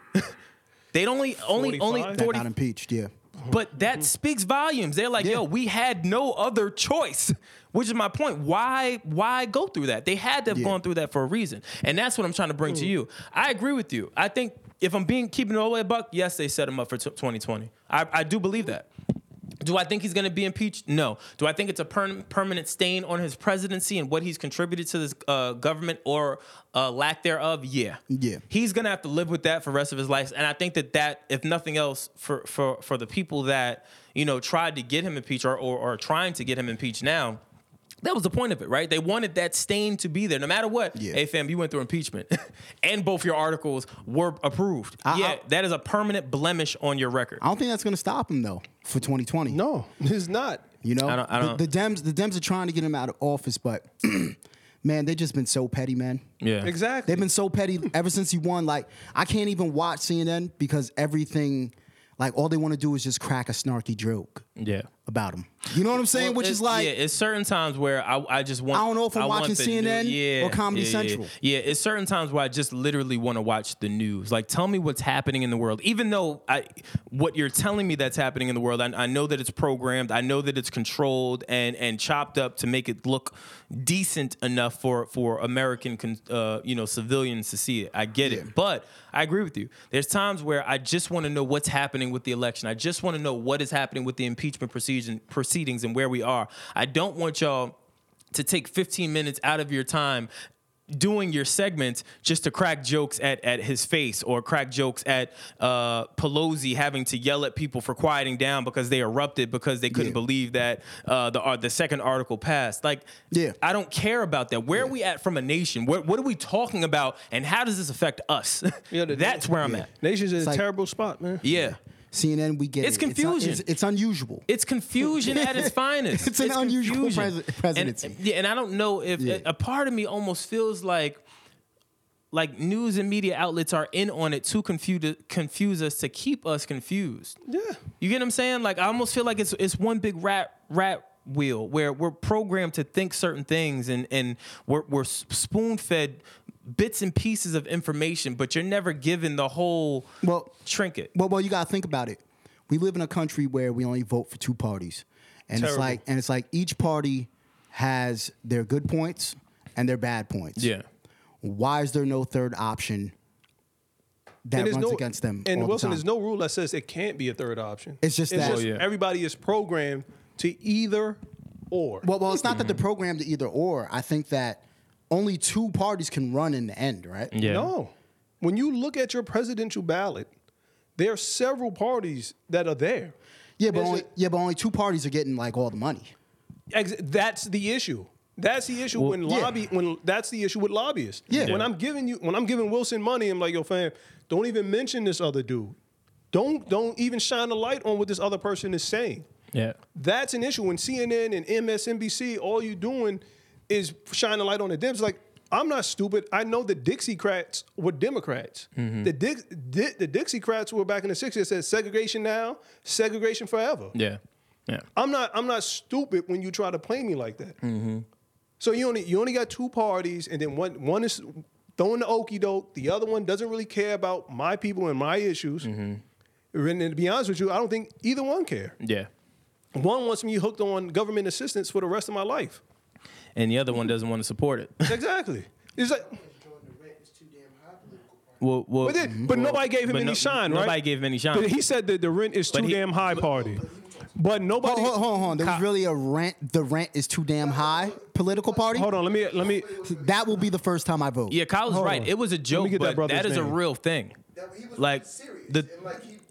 <laughs> They'd only only only
45?
That
40
not impeached. Yeah.
But that speaks volumes. They're like, yo, we had no other choice, which is my point. Why why go through that? They had to have gone through that for a reason. And that's what I'm trying to bring to you. I agree with you. I think if I'm being keeping it all the way buck, yes, they set him up for t- 2020. I, I do believe that. Do I think he's going to be impeached? No. Do I think it's a per- permanent stain on his presidency and what he's contributed to this uh, government or uh, lack thereof? Yeah.
Yeah.
He's going to have to live with that for the rest of his life. And I think that that, if nothing else, for for for the people that you know tried to get him impeached or or, or are trying to get him impeached now. That was the point of it, right? They wanted that stain to be there, no matter what.
Yeah.
Hey, fam, you went through impeachment, <laughs> and both your articles were approved.
I-
yeah,
I-
that is a permanent blemish on your record.
I don't think that's going to stop him though for 2020.
No, it's not.
You know,
I don't- I don't-
The, the Dems, the Dems are trying to get him out of office, but <clears throat> man, they just been so petty, man.
yeah,
Exactly.
They've been so petty ever since he won. Like, I can't even watch CNN because everything, like, all they want to do is just crack a snarky joke
Yeah.
about him. You know what I'm saying?
Well,
Which
it-
is like,
yeah, it's certain times where I, I just want.
I don't know if I'm
want
watching
the
CNN
news-
or Comedy
yeah,
Central.
Yeah, it's certain times where I just literally want to watch the news. Like, tell me what's happening in the world. Even though I, what you're telling me that's happening in the world, I, I know that it's programmed. I know that it's controlled and and chopped up to make it look decent enough for for American, con- uh, you know, civilians to see it. I get it, but I agree with you. There's times where I just want to know what's happening with the election. I just want to know what is happening with the impeachment proceeding, proceedings and where we are. I don't want y'all to take 15 minutes out of your time doing your segment just to crack jokes at, at his face or crack jokes at uh, Pelosi having to yell at people for quieting down because they erupted because they couldn't believe that uh, the uh, the second article passed. Like,
Yeah.
I don't care about that. Where are we at from a nation? What, what are we talking about and how does this affect us? <laughs>
Yeah, the-
That's where I'm at.
Nation's in a
like-
terrible spot, man.
Yeah.
CNN, we get
It's
it. un-
confusion.
It's, it's unusual.
It's confusion at
<laughs>
its finest.
It's an unusual presi-
And-
presidency.
And, yeah, and I don't know if
Yeah.
a part of me almost feels like like news and media outlets are in on it to confuse confuse us to keep us confused.
Yeah.
You get what I'm saying? Like I almost feel like it's it's one big rat rat wheel where we're programmed to think certain things and and we're we're spoon fed bits and pieces of information, but you're never given the whole
Well-
trinket.
Well, well, you gotta think about it. We live in a country where we only vote for two parties, and it's
Terrible.
like, and it's like each party has their good points and their bad points. Why is there no third option that
there's
runs
no-
against them? all
And
the
Wilson,
time?
there's no rule that says it can't be a third option.
It's just that-
Oh, yeah.
everybody is programmed to either or.
Well, well, it's not
Mm-hmm.
that the program to either or. I think that only two parties can run in the end, right?
Yeah.
No. When you look at your presidential ballot, there are several parties that are there.
Yeah, but
It's
only,
a-
yeah, but only two parties are getting like all the money.
Ex- that's the issue. That's the issue when
yeah.
lobby when that's the issue with lobbyists.
Yeah.
When
Yeah.
I'm giving you when I'm giving Wilson money, I'm like, yo, fam, don't even mention this other dude. Don't don't even shine a light on what this other person is saying.
Yeah.
That's an issue. When CNN and MSNBC, all you doing is shine a light on the Dems. Like, I'm not stupid. I know the Dixiecrats were Democrats. The, Dix, Di- the Dixiecrats were back in the 60s. It said segregation now, segregation forever.
Yeah. Yeah.
I'm not I'm not stupid when you try to play me like that. So you only you only got two parties, and then one one is throwing the okey doke. The other one doesn't really care about my people and my issues. And to be honest with you, I don't think either one care.
Yeah.
One wants me hooked on government assistance for the rest of my life.
and the other one doesn't want to support it. <laughs>
Exactly. It's like,
well, well,
but, then, but nobody gave him
but
any
no-
shine, right?
Nobody gave him any shine.
But he said that the rent is too
he-
damn high, party. But
Hold,
nobody.
hold, hold on, there was
Cop-
really a rent. The rent is too damn high. Political party.
Hold on, let me let me.
That will be the first time I vote.
yeah, Kyle's
Hold
right.
on.
It was a joke,
Let me get that
but that
brother's
is a
name.
real thing. Like the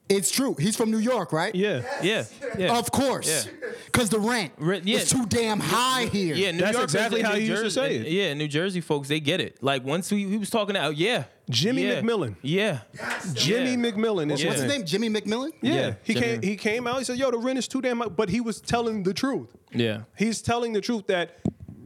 it's true. He's from New York, right?
Yeah,
yeah yeah.
Of course,
Yeah.
because the rent
Re- yeah.
is too damn high here.
yeah, New
That's
Yorkers
exactly
and
how
New
he used to
Jersey-
say
and-
it.
Yeah, New Jersey folks, they get it. Like once we, he was talking out, yeah,
Jimmy
yeah,
McMillan.
yeah,
Jimmy
Yeah.
McMillan is
What's his name? Jimmy McMillan.
Yeah,
Yeah,
he
Jimmy.
came he came out. He said, "Yo, the rent is too damn high," but he was telling the truth.
yeah,
He's telling the truth that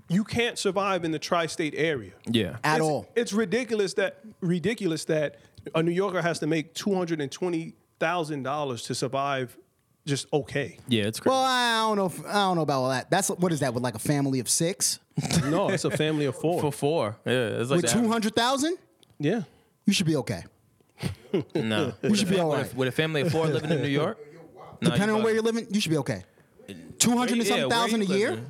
you can't survive in the tri-state area.
yeah,
At
it's,
all.
It's ridiculous that ridiculous that a New Yorker has to make two hundred and twenty thousand dollars to survive, just okay.
yeah. It's crazy.
Well, I don't know. If, I don't know about all that. That's what is that with like a family of six
No, <laughs> it's a family of four.
for four, yeah, it's like
with
that.
two hundred thousand?
yeah,
You should be okay.
No,
You should be all
with,
right.
a, with a family of four living in New York. Nah,
Depending on where
bugging.
you're living, you should be okay. Two hundred and
Yeah,
something
where
thousand a
you
year.
living?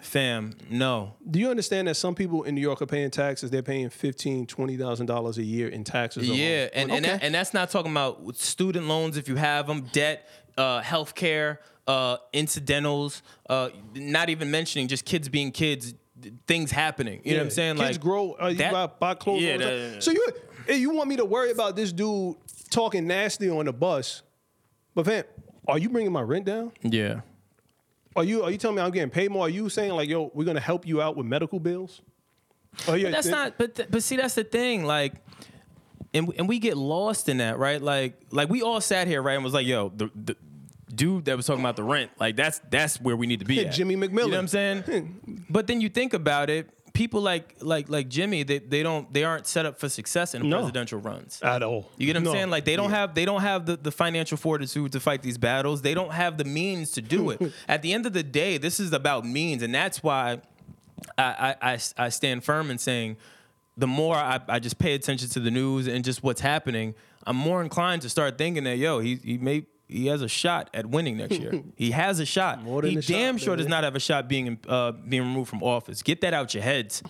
Fam, no.
Do you understand that some people in New York are paying taxes? They're paying fifteen, twenty thousand dollars a year in taxes. alone.
Yeah, and and,
Okay.
that, and that's not talking about student loans if you have them, debt, uh, healthcare, uh, incidentals. Uh, not even mentioning just kids being kids, th- things happening. You know what I'm
Yeah.
saying?
Kids
like
grow. Uh, you
that-
buy, buy clothes.
Yeah,
all the time.
that-
So you eh, you want me to worry about this dude talking nasty on the bus? But fam, are you bringing my rent down?
yeah.
Are you are you telling me I'm getting paid more? Are you saying like, yo, we're gonna help you out with medical bills? Oh yeah,
But that's not. But th- but see, that's the thing. Like, and and we get lost in that, right? Like like we all sat here, right, and was like, yo, the. the Dude, that was talking about the rent, like that's that's where we need
<laughs>
to be. at.
Jimmy McMillan.
you know what I'm
<laughs>
saying? but then you think about it, people like like like Jimmy, they, they don't they aren't set up for success in
No.
presidential runs.
at all.
You get what I'm
No.
saying? Like they don't have they don't have the, the financial fortitude to fight these battles. They don't have the means to do
<laughs>
it. At the end of the day, this is about means, and that's why I I, I, I stand firm in saying the more I, I just pay attention to the news and just what's happening, I'm more inclined to start thinking that yo, he he may he has a shot at winning next
<laughs>
year. he has a shot.
More than
he
a shot,
damn sure does
baby.
not have a shot being uh, being removed from office. Get that out your heads.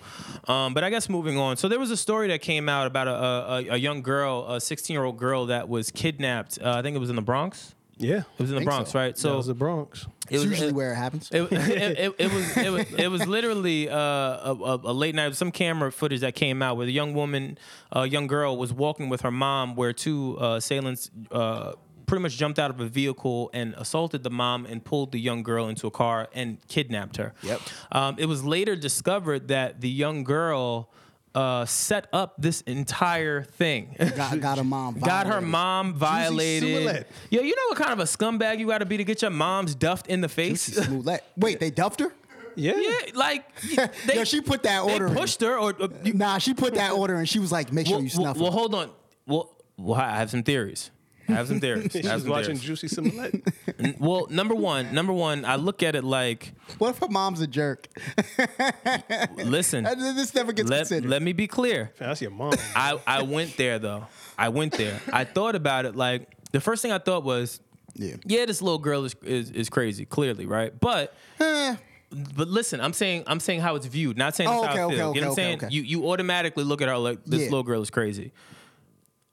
Um, but I guess moving on. So there was a story that came out about a a, a young girl, a 16 year old girl that was kidnapped. Uh, I think it was in the Bronx.
Yeah,
It was in the
Think
Bronx,
so.
right?
that
So
was the Bronx.
it
It's
was
usually where it happens.
it, <laughs> it, it, it was it was it was literally uh, a, a, a late night some camera footage that came out where the young woman, a young girl, was walking with her mom, where two uh, assailants uh, pretty much jumped out of a vehicle and assaulted the mom and pulled the young girl into a car and kidnapped her.
Yep.
Um, it was later discovered that the young girl. Uh, set up this entire thing.
<laughs> got, got a mom.
<laughs> Got her
violated.
mom violated.
Smollett.
Yo, you know what kind of a scumbag you got to be to get your mom's duffed in the face?
She's Smollett. Wait, they duffed her?
Yeah,
Yeah,
<laughs>
like y-
Yo, she put that
they
order in.
pushed her, or, or you,
Nah, she put that order and she was like, make sure
well,
you
well,
snuff
well,
her.
hold on. Well, well, I have some theories. I have some
<laughs>
theories. I
She
have
was
some
watching
theories. <laughs>
Juicy Smollett.
N- Well, number one, number one, I look at it like,
What if her mom's a jerk?
listen,
<laughs> And then this never gets
let,
considered.
let me be clear.
That's your mom.
I, I went there though. I went there. I thought about it like the first thing I thought was,
Yeah.
yeah, this little girl is is, is crazy, clearly, right? But
Eh,
But listen, I'm saying I'm saying how it's viewed, not saying that's
Oh,
how
okay,
I
okay,
feel. you know what I'm
okay,
saying?
okay.
You you automatically look at her like this
Yeah.
little girl is crazy.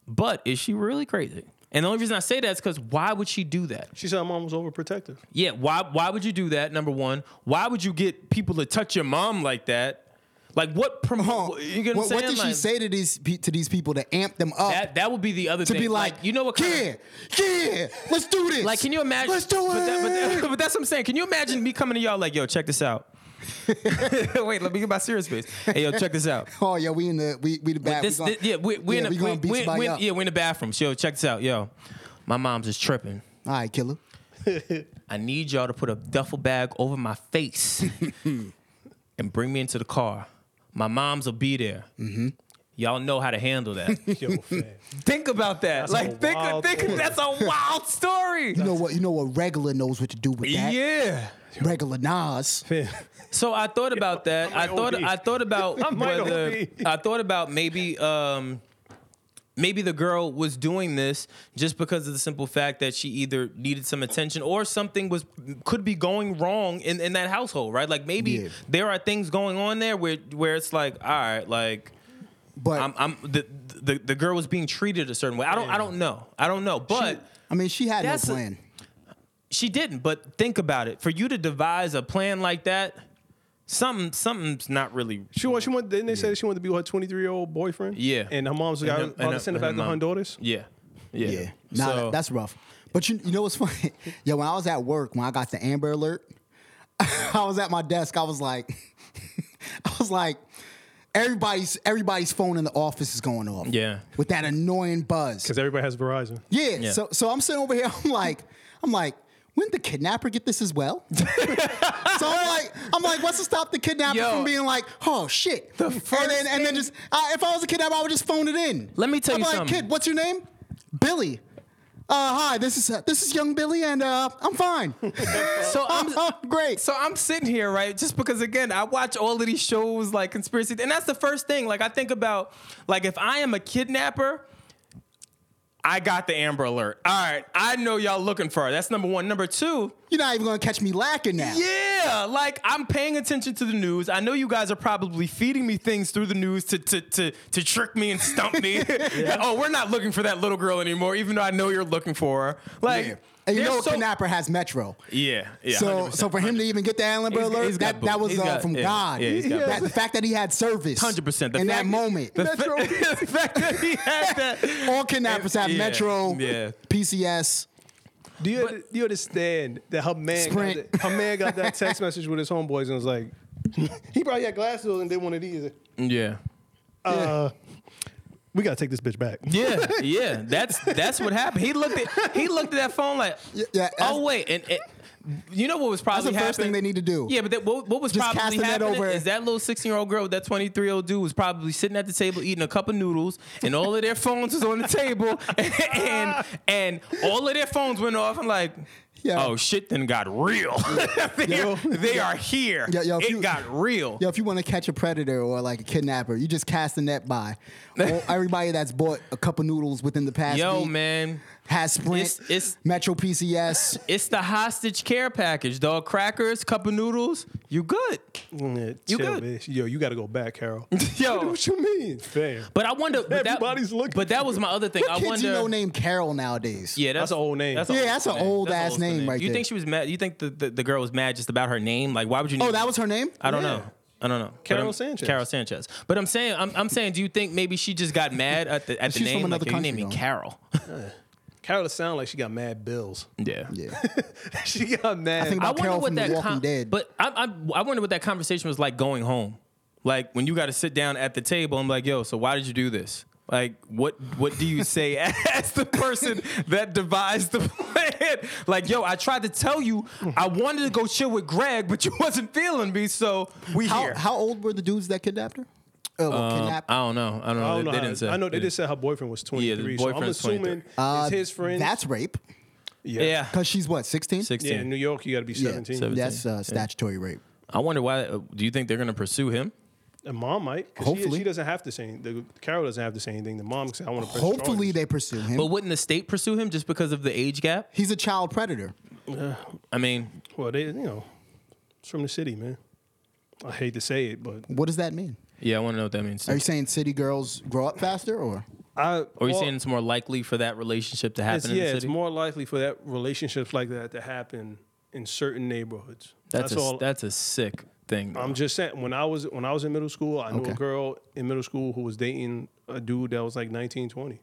But is she really crazy? And the only reason I say that is because why would she do that?
she said her mom
<laughs>
was overprotective.
Yeah, why why would you do that? Number one, why would you get people to touch your mom like that? Like what? Prom-
huh.
You get what,
what,
I'm
Uh-huh.
saying?
what did she
Like,
say to these pe- to these people to amp them up?
That that would be the other
to
thing.
be like,
you know what? Kind of-
yeah, yeah, let's do this.
Like, can you imagine?
Let's do it.
But, that- but that- <laughs> but that's what I'm saying. Can you imagine me coming to y'all like, yo, check this out? <laughs> Wait, let me get my serious face. Hey, yo, check this out.
<laughs> oh yeah, we in the we we the back.
This,
we gonna-
thi- yeah, we, we're in the,
yeah, we gonna
we-
beat
we-
somebody
we-
up.
yeah, we're in the bathroom. Yo, check this out. Yo, my mom's just tripping.
All right, killer.
I need y'all to put a duffel bag over my <laughs> face and bring me into the car. My mom's will be there. Y'all know how to handle that.
Yo, fam.
Mm-hmm. <laughs> think about that.
a
like, think,
wild
think
story.
that's a wild story.
You know what? You know what? Regular knows what to do with that.
Yeah.
Regular Nas.
So I thought about that. I
might
thought
OD.
I thought about
I might
whether
OD.
I thought about maybe um, maybe the girl was doing this just because of the simple fact that she either needed some attention or something was could be going wrong in, in that household, right? Like maybe
Yeah.
there are things going on there where where it's like, all right, like
But
I'm I'm the the, the girl was being treated a certain way. I don't I don't know. I don't know. But
I mean, she had no
That's a-
plan.
she didn't, but think about it. For you to devise a plan like that, something something's not really
She want, she want, didn't they say that she wanted to be with her 23 year old boyfriend?
Yeah.
And her mom's got
her-
about to
her-
send her
and
back to
mom.
Honduras.
Yeah. Yeah.
Yeah. Nah,
So-
that- that's rough. But you, you know what's <laughs> funny? Yo, when I was at work, when I got the Amber Alert, <laughs> I was at my desk. I was like, <laughs> I was like, everybody's everybody's phone in the office is going off.
Yeah.
With that annoying buzz.
Because everybody has Verizon.
Yeah.
Yeah.
So so I'm sitting over here. <laughs> I'm like, I'm like, wouldn't the kidnapper get this as well? <laughs> so I'm like, I'm like, what's to stop the kidnapper
Yo.
from being like, oh shit? The
first
and then, and then just, I, if I was a kidnapper, I would just phone it in.
Let me tell
I'm
you
like,
something.
kid, what's your name? Billy. Uh, hi, this is uh, this is young Billy, and uh, I'm fine.
<laughs> So I'm
<laughs> great.
so I'm sitting here, right? Just because again, I watch all of these shows like conspiracy and that's the first thing like I think about like if I am a kidnapper, I got the Amber Alert. All right, I know y'all looking for her. That's number one. Number two,
You're not even gonna catch me lacking now.
yeah, like I'm paying attention to the news. I know you guys are probably feeding me things through the news to to to, to trick me and stump
<laughs>
me. oh, we're not looking for that little girl anymore, even though I know you're looking for her. Like,
And you
they're
know
so-
Knapper has Metro.
yeah, yeah.
So,
100%,
so for him to even get the Allen
He's-
alert,
he's got
that, that
both.
was
He's
uh,
got-
from
yeah,
God.
yeah, he's got
That-
both.
the fact that he had service,
100%. The
in
fact-
that moment.
the, fa- <laughs> the fact that he
<laughs>
had <laughs> that.
all kidnappers have
Yeah,
Metro,
yeah.
PCS.
Do you, do you understand that her man, got
Sprint.
that, her man got that text message with his homeboys and was like, <laughs> he probably had glasses on and did one of these.
Yeah.
Uh, We gotta take this bitch back.
Yeah, yeah. That's that's what happened. He looked at he looked at that phone like,
Yeah, yeah,
oh
that's-
wait, and, and you know what was probably
the first
happening?
thing they need to do.
Yeah, but that, what, what was
Just
probably
casting that
happening
over.
is that little sixteen year old girl, with that twenty three year old dude, was probably sitting at the table eating a cup of noodles, and all of their phones was on the table, <laughs> and and all of their phones went off, and like.
Yeah.
Oh shit! Then got real. <laughs> they are, they are here.
Yo, yo, if
it
you-
got real.
Yo, if you want to catch a predator or like a kidnapper, you just cast a
<laughs>
net by. Well, everybody that's bought a cup of noodles within the past
Yo,
week
man,
has Sprint,
It's- it's-
Metro
<laughs>
PCS.
it's the hostage care package, dog. Crackers, cup of noodles. You good?
Mm.
Mm, Yeah,
You
chill,
good?
bitch. Yo, you gotta go back, Carol.
Yo,
what you mean? Fam.
but I wonder. But
Everybody's
that,
looking
But that was my other thing. I
Kids
wonder.
you know named Carol nowadays.
yeah, that's,
That's an old name.
an
Yeah, that's an
name.
old
That's an
ass name right
You
there.
think she was mad? You think the, the, the girl was mad just about her name? Like, why would you?
Oh,
name-
that was her name?
I don't
Yeah.
know. I don't know. But
Carol
I'm-
Sanchez.
Carol Sanchez. But I'm saying, I'm, I'm saying, do you think maybe she just got mad at the at the
She's
name?
from
like,
another
yo, you named me
country, though.
Carol. <laughs>
Carol sound like she got mad bills.
yeah.
Yeah.
<laughs> she got mad.
I think
I
about
wonder
Carol
what
from The
that
Walking
con-
Dead.
But I, I, I wonder what that conversation was like going home. Like when you got to sit down at the table, I'm like, yo, so why did you do this? Like, what what do you say <laughs> as the person that devised the plan? Like, yo, I tried to tell you I wanted to go chill with Greg, but you <laughs> wasn't feeling me, so we
how,
here.
how old were the dudes that kidnapped her? Uh, well, kidnapped.
I don't know. I don't know.
I don't
they,
know.
they
how-
didn't say.
I know they just said her boyfriend was 23. so I'm
boyfriend's
assuming
23.
Uh,
it's his friend.
That's rape.
Yeah.
Because she's what, 16?
yeah. In
16.
New York, you got to be 17.
seven-
That's uh, statutory rape.
I wonder why. uh, Do you think they're going to pursue him?
And mom might. 'cause
Hopefully.
she, she doesn't have to say. anything. The, Carol doesn't have to say anything. The mom because I want to.
Hopefully they pursue him.
But wouldn't the state pursue him just because of the age gap?
He's a child predator.
I mean,
Well, they you know, it's from the city, man. I hate to say it, but
What does that mean?
yeah, I want to know what that means. too.
Are you saying city girls grow up faster or?
I.
Or you saying it's more likely for that relationship to happen
It's,
in
yeah,
the
it's
city?
more likely for that relationships like that to happen in certain neighborhoods.
that's
That's
a,
all.
that's a sick thing.
I'm just saying. When I was when I was in middle school, I knew
Okay.
a girl in middle school who was dating a dude that was like 19, 20.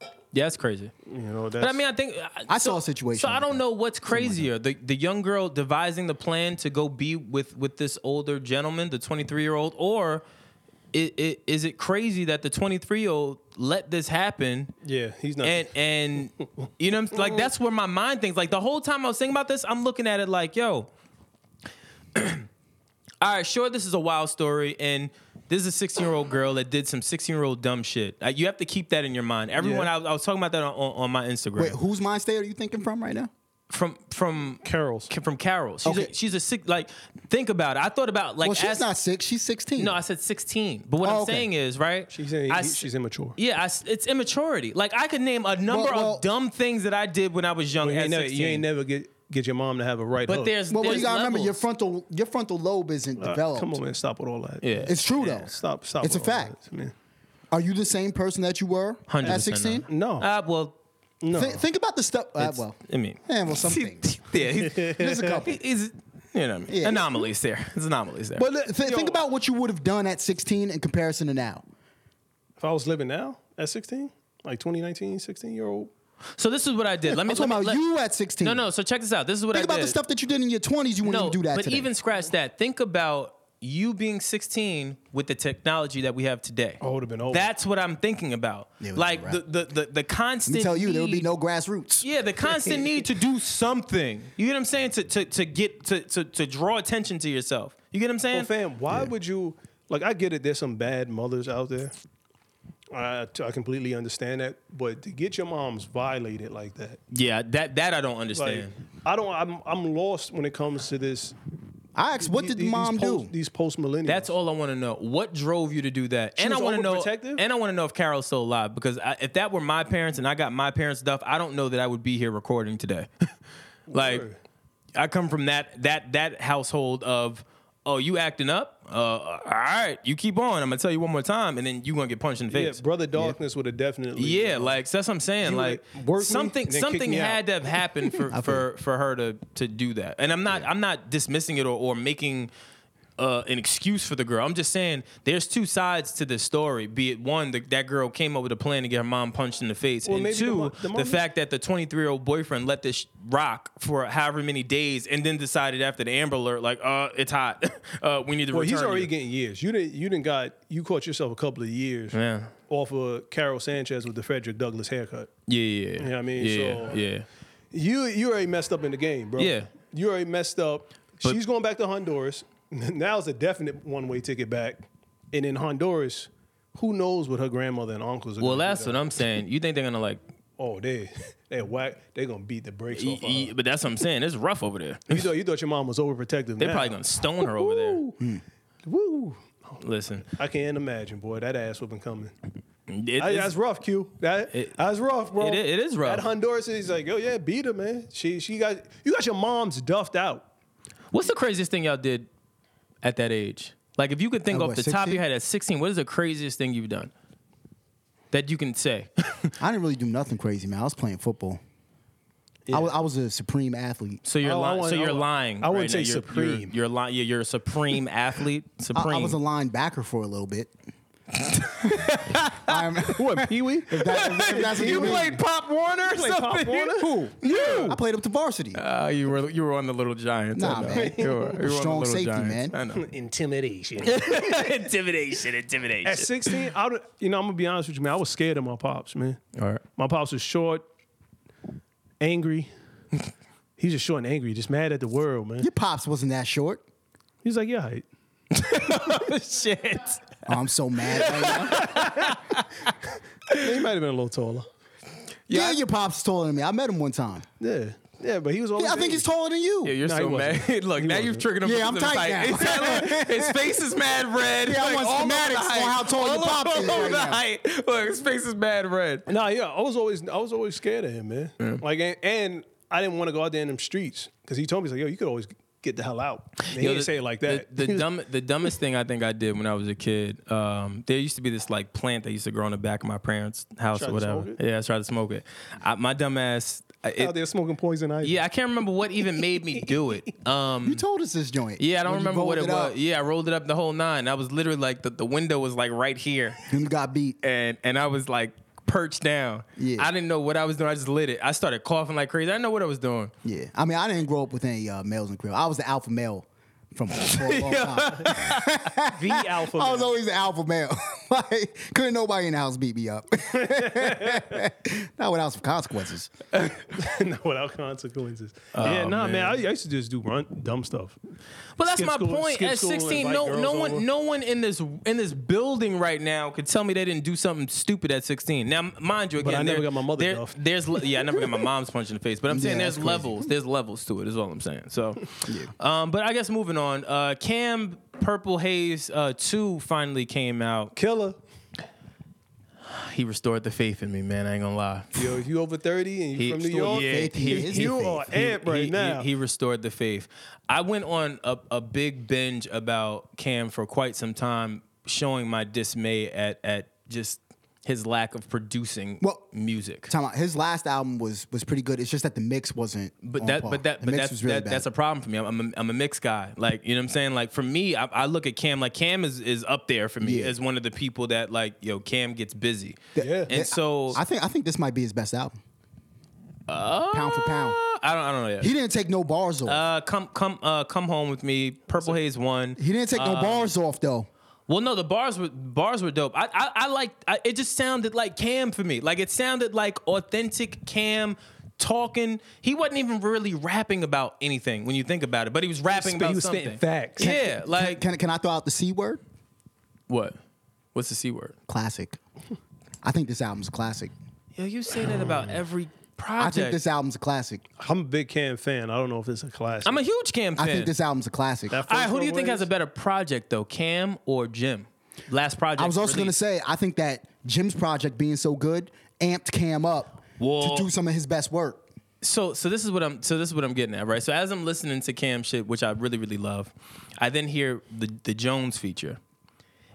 yeah, that's crazy.
You know, that's,
But I mean, I think uh,
I saw a situation
So I
like
don't
that.
know what's crazier: the the young girl devising the plan to go be with with this older gentleman, the 23 year old, or i i is it crazy that the 23 year old let this happen?
yeah, he's not.
and and you know what I'm- like that's where my mind thinks like the whole time I was thinking about this I'm looking at it like yo <clears throat> all right sure this is a wild story and this is a 16 year old girl that did some 16 year old dumb shit Uh, you have to keep that in your mind everyone
Yeah.
I, was- I was talking about that on, on, on my Instagram
Wait, whose mind state are you thinking from right now?
from from
Carol's.
from Carol she's
Okay.
a, she's a sick like think about it I thought about like
Well, she's
as-
not six. She's 16.
no I said 16 but what
Oh,
I'm
okay.
saying is right
She's in,
I
he-
s-
she's immature.
yeah, I s it's immaturity. Like I could name a number
well-
of dumb things that I did when I was young.
You
at
ain't, never,
16.
you ain't never get get your mom to have a right
But
hook.
there's
well, well,
there's
you gotta remember your
levels.
frontal your frontal lobe isn't
Uh,
developed.
come on, man, stop with all that.
Yeah.
It's true though.
Stop, stop.
It's
with
a
all
fact.
that, man.
Are you the same person that you were
100%
at 16?
not.
No,
Uh, well,
no.
Thi- think about the stuff. Uh, well,
I mean,
yeah,
<laughs>
well, some things.
yeah,
<laughs>
he's, there's
a couple.
He's, you know, what I mean?
Yeah.
anomalies there. There's anomalies there.
But look, th-
Yo.
think about what you would have done at 16 in comparison to now.
if I was living now at 16, like 2019, 16 year old,
so this is what I did. Let me
I'm talking
let me-
about
let-
you at 16.
No, no. So check this out. This is what
Think
I
about
did.
the stuff that you did in your 20s. You wouldn't
No,
even do that
but
today.
even scratch that. Think about you being 16 with the technology that we have today.
I would have Oh, been over.
That's what I'm thinking about.
Yeah, it would've
like
been
the,
rap.
the the the constant.
tell you, there would be
need-
no grassroots.
Yeah, the constant need to do something. You get what I'm saying? To to to get to to to draw attention to yourself. You get what I'm saying?
Well, Oh, fam, why would you? Like, I get it. There's some bad mothers out there. I, I completely understand that. But to get your moms violated like that,
yeah, that that I don't
like,
understand.
I don't. I'm I'm lost when it comes to this.
I asked, what did
These- these
mom
post-
do?
These post millennials.
That's all I want to know. What drove you to do that? and I
was
want to know.
overprotective?
And I want to know if Carol's still alive because I, if that were my parents and I got my parents' stuff, I don't know that I would be here recording today. <laughs> like,
Word.
I come from that that that household of, oh, you acting up. Uh, all right, you keep on. I'm gonna tell you one more time, and then you are gonna get punched in the
Yeah,
face.
brother darkness would have definitely.
Yeah, like so that's what I'm saying. Like
like, work me,
something
then kick
something
me
had
out.
to have happened
<laughs>
for for for her to to do that. And I'm not I'm not dismissing it or, or making uh, an excuse for the girl. I'm just saying there's two sides to this story. Be it one, the, that girl came up with a plan to get her mom punched in the face,
Well,
and
maybe the
two,
mo-
the,
the mom-
fact that the 23 year old boyfriend let this sh- rock for however many days, and then decided after the Amber Alert, like, uh, it's hot, <laughs> uh, we need to
Well,
return.
he's already
you.
getting years. You didn't. You didn't got. You caught yourself a couple of years.
Yeah.
Off of Carol Sanchez with the Frederick Douglass haircut.
yeah, yeah, yeah.
know what I mean?
yeah,
So-
yeah.
You you already messed up in the game, bro.
Yeah.
You already messed up.
But-
She's going back to Honduras. <laughs> Now's a definite one way ticket back. And in Honduras, who knows what her grandmother and uncles are
Well,
gonna do
that's
to
what I'm saying. You think they're gonna like
her. Oh, they <laughs> they whack they gonna beat the brakes off of her.
Y- y-
You
but that's what I'm saying. It's rough over there.
thought you thought your mom was overprotective.
They're probably gonna stone her over there.
Woo!
Listen,
I can't imagine, boy, that ass whooping coming.
it,
I,
it's-
that's rough, Q. That that's rough, bro.
it i- it is rough.
That Honduras is like, oh yeah, beat her, man. She she got you got your mom's duffed out.
what's the craziest thing y'all did at that age? Like, if you could think
At
off
what,
the top of
16?
your head at 16, what is the craziest thing you've done that you can say?
I didn't really do nothing crazy, man. I was playing football. I, was, I was a supreme athlete.
So you're
<laughs> Oh, I
lying. So
wouldn't- I
you're
wouldn't-
lying.
I wouldn't
right
say
now. You're-
supreme.
You're, you're lying. Yeah, you're a supreme athlete.
<laughs> I,
Supreme.
<laughs>
I was a linebacker for a
<laughs>
little bit. <laughs> I'm,
What, Pee <laughs> Wee?
if that, if, if that's what you mean.
Pop Warner or
played Pop Warner?
Who?
You.
I played up to varsity.
Uh, you were you were on the little giants. I
Nah,
know. <laughs>
man.
You were, you were on the
Strong
Little
safety,
Giants.
man.
I know.
<laughs> Intimidation.
intimidation, intimidation.
At 16, I would, you know, I'm gonna be honest with you, man. I was scared of my pops, man.
All right.
My pops was short, <laughs> angry. He's just short and angry, just mad at the world, man.
Your pops wasn't that short.
He's like, yeah, height.
Shit.
Oh, I'm so mad right
<laughs>
now.
He might have been a little taller.
Yeah, your pops taller than me. I met him one time.
Yeah, yeah, but he was.
Yeah, I think he's taller than you.
Yeah, you're
No, he
so
wasn't.
mad. <laughs> Look, now
wasn't.
you've triggered him.
Yeah,
for
I'm
the
tight
fight. <laughs>
now.
Exactly. His face is mad red.
Yeah, I want
all over the
schematics on
height.
how tall
All
your pop
over
is
the
right now.
height. Look, his face is mad red.
Nah, yeah, I was always, I was always scared of him, man. Like, and, and I didn't want to go out there in them streets because he told me he's like, yo, you could always get the hell out. And he
Yo,
didn't
the-
say it like
the-
that. <laughs>
The, dumb, the dumbest thing I think I did when I was a kid, um, there used to be this like plant that used to grow in the back of my parents' house
Tried
or
to
whatever.
smoke it?
Yeah, I tried to smoke it. I, my dumb ass. I-
out
It,
there smoking poison ivy.
yeah, I can't remember what even made me do
<laughs>
it. Um,
You told us this joint.
yeah, I don't
When you
remember what it,
rolled
was.
up
Yeah, I rolled it up the whole nine. I was literally like the, the window was like right here.
And you got beat.
and and I was like perched down.
Yeah.
I didn't know what I was doing. I just lit it. I started coughing like crazy. I didn't know what I was doing.
Yeah. I mean, I didn't grow up with any uh, males in the crib. I was the alpha male
<laughs>
from for a long time.
the alpha.
<laughs> I was
male.
always the alpha male. <laughs> like, couldn't nobody in the house beat me up. <laughs> Not without some consequences.
<laughs> Not without consequences.
Oh,
yeah, nah, man. I, I used to just do run, dumb stuff.
But that's
Skip
my
school-
point.
skip
At
school,
16,
invite
no
girls
no
over.
one no one in this in this building right now could tell me they didn't do something stupid at 16. Now, m- mind you, again,
But I never
there-
got my mother
there-
duffed.
There's le- yeah, I never got
<laughs>
my mom's punch in the face. But I'm saying
Yeah,
there's
that's crazy.
levels. There's levels to it. Is all I'm saying. So, um, but I guess moving on. Uh, Cam Purple Haze uh, two finally came out.
Killer.
He restored the faith in me, man. I ain't gonna lie.
Yo, if you over 30 and you
He-
from New York,
yeah,
faith in
he-
his
you
faith.
are amp right
he,
now.
He, he restored the faith. I went on a, a big binge about Cam for quite some time, showing my dismay at at just his lack of producing
Well,
music.
Time out. His last album was was pretty good. It's just that the mix wasn't.
But
on
that,
par.
but that,
the
but
mix
that's
was really
that,
bad.
that's a problem for me. I'm, I'm, a, I'm a mix guy. Like you know what I'm saying. Like for me, I, I look at Cam. Like Cam is is up there for me
Yeah.
as one of the people that like yo Cam gets busy.
Yeah.
and so
I think I think this might be his best album. pound for pound,
uh, I don't I don't know yet.
he didn't take no bars off.
Oh. uh, come come uh, come home with me. Purple Haze one.
he didn't take no
uh,
bars off though.
Well, no, the bars were bars were dope. I I, I like I, it. Just sounded like Cam for me. Like it sounded like authentic Cam talking. He wasn't even really rapping about anything when you think about it, but he was rapping
spit-
about
he was
something.
spitting facts.
Yeah, like
Can can I throw out the c word?
what? What's the c word?
Classic. I think this album's a classic.
Yo, you say that about every
Oh. I
project.
think this album's a classic.
I'm a big Cam fan. I don't know if it's a classic.
I'm a huge Cam fan.
I think this album's a classic.
That
All right, who
first
do you think
one
has a
was-
better project though, Cam or Jim? Last project.
I was also going to
released.
say, I think that Jim's project being so good amped Cam up
Whoa.
to do some of his best work.
so so this is what I'm so this is what I'm getting at, right? So as I'm listening to Cam shit, which I really really love, I then hear the the Jones feature,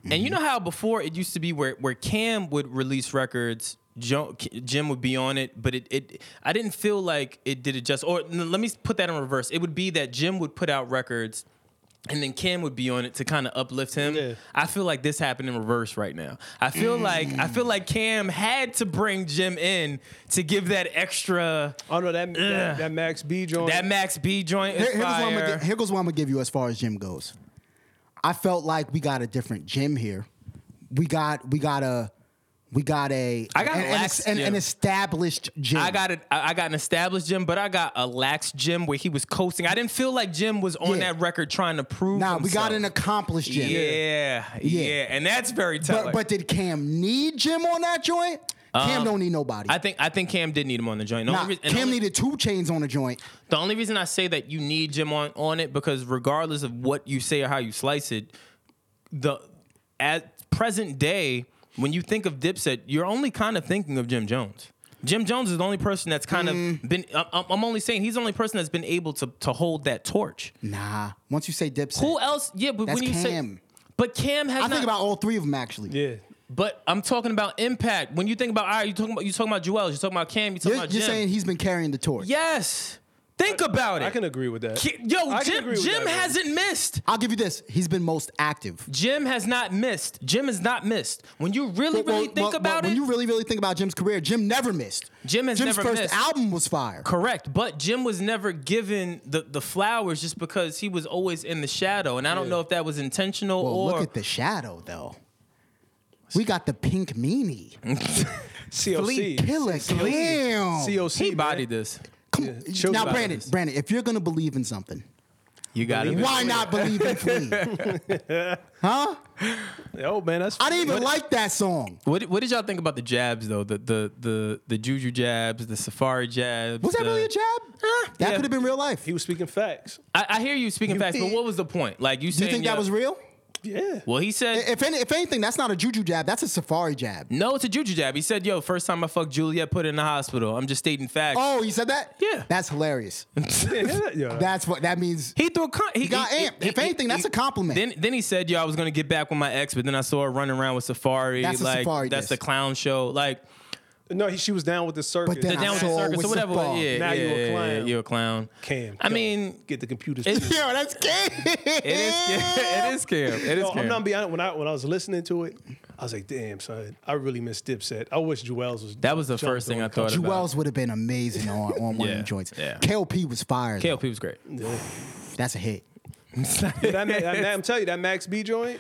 and you know how before it used to be where where Cam would release records. Jo- Jim would be on it, but it, it I didn't feel like it did it just. Or n- let me put that in reverse. It would be that Jim would put out records, and then Cam would be on it to kind of uplift him.
Yeah.
I feel like this happened in reverse right now. I feel like I feel like Cam had to bring Jim in to give that extra.
Oh no, that that, that Max B joint.
That Max B joint is
Here, here goes what I'm gonna
fire.
gi- here goes what I'm going to give you as far as Jim goes. I felt like we got a different Jim here. We got we got a we got a
I got
an,
a
an,
lax
es- an, an
Jim.
established Jim.
I got it. I got an established gym, but I got a lax gym where he was coasting. I didn't feel like Jim was on
Yeah.
that record trying to prove.
Nah, we got an
himself.
accomplished Jim.
Yeah, yeah, and that's very tough.
But, but did Cam need Jim on that joint? Cam don't need nobody.
Um, I think I think Cam did need him on the joint. The
Nah,
only reas- and
Cam
only-
needed two chains on a joint.
The only reason I say that you need Jim on on it because regardless of what you say or how you slice it, the at present day when you think of Dipset, you're only kind of thinking of Jim Jones. Jim Jones is the only person that's kind
Mm.
of been. I- I'm I'm only saying he's the only person that's been able to to hold that torch.
Nah. Once you say Dipset,
Who else? Yeah, but
That's
when you
Cam.
say, but Cam has
I
not.
think about all three of them actually.
yeah.
but I'm talking about impact. When you think about, all right, you talking about you talking about Joel, you talking about Cam, you talking
You're,
about
you're
Jim.
saying he's been carrying the torch.
yes, think about it.
I can agree with that.
Ki- Yo,
I can
Jim,
agree with
Jim
that, bro.
hasn't missed.
I'll give you this. He's been most active.
Jim has not missed. Jim has not missed. When you really, really
Well, well,
think
well,
about
well,
it,
When you really, really think about Jim's career, Jim never missed.
Jim has
Jim's
never
first
missed.
album was fire.
correct. But Jim was never given the, the flowers just because he was always in the shadow. And I don't know if that was intentional
Well,
or
look at the shadow though. We got the pink meanie.
COC.
Killer Cam.
COC.
he
man.
bodied this.
Come on.
Chill
now,
about
Brandon,
this.
Brandon, if you're gonna believe in something,
You got it.
why not believe in Flea? huh?
Oh man, that's.
I didn't even like that song.
What, did- what did y'all think about the jabs though? The the the the juju jabs, the safari jabs.
Was that
the-
really a jab? that
Uh, yeah.
could have been real life.
He was speaking facts.
I, I hear you speaking facts, but what was the point? Like you
Do
saying
you think that
yeah-
was Eh, real?
Yeah.
Well, he said
If any, if anything, that's not a juju jab. That's a safari jab.
no. It's a juju jab. He said, "Yo, first time I fucked Juliet, put her in the hospital. I'm just stating facts."
Oh, you said that?
Yeah.
That's hilarious.
<laughs> Yeah, yeah.
That's what that means.
He threw a con- he
got amped. If anything, that's a compliment.
Then then he said, "Yo, I was gonna get back with my ex, but then I saw her running around with Safari.
That's a
like
Safari
that's the
diss.
clown show. Like
no, he, she was down with the circus.
But then
the
Nah,
down with
so
the
it
circus
was
or whatever.
Safari.
Yeah,
Now
yeah,
you a clown.
You're a clown.
Cam.
I
come,
<laughs>
mean,
get the computers.
it's-
Yo,
<laughs>
that's Cam. It
it is scam. it is scam. It is
No,
scam.
I'm not being honest. When I when I was listening to it, I was like, "Damn, son, I really miss Dipset. I wish Jewels was."
that was the
jumped
first thing
on
I
the cover.
thought <laughs> about.
Jewels would have been amazing on, on one of
Yeah,
them joints.
yeah.
KLP was fire. though.
KLP was <laughs> great.
That's a hit.
That, ma- that, I'm telling you, that Max B joint,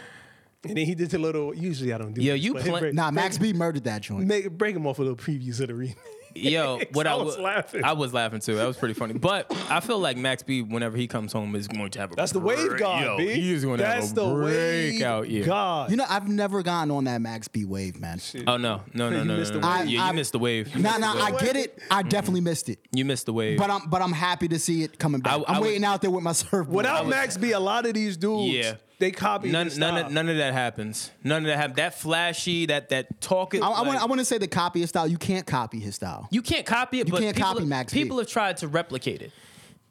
and then he did the little. Usually, I don't do.
Yo,
this,
you
but him
play-
break-
Nah, Max B murdered that joint.
make break him off a little previews of the remix.
Yo, what I,
I was
wa-
laughing.
I was laughing too. That was pretty funny. But I feel like Max B, whenever he comes home, is going to have a
That's the wave
break-
god,
Yo,
B.
He is going to
That's
have a
the wave
breakout year.
god.
You know, I've never gotten on that Max B wave, man.
Oh no, no, no,
You
no, no,
missed
no.
the
no.
wave.
Yeah,
I-
you missed the wave. You
Nah,
missed
nah,
the
I
wave.
get it. I
Mm-hmm.
definitely missed it.
You missed the wave.
But I'm but I'm happy to see it coming back.
I-
I,
I
am
was-
waiting out there with my <laughs> surfboard.
Without Max B, a lot of these dudes,
Yeah.
they copy
none,
his
none,
style.
of, none of that happens. None of that happens. That flashy, that that talking.
I, I
like-
want I want to say the copy his style. You can't copy his style.
You can't copy it.
You
but
can't
people
copy
have,
Max B.
People have tried to replicate it.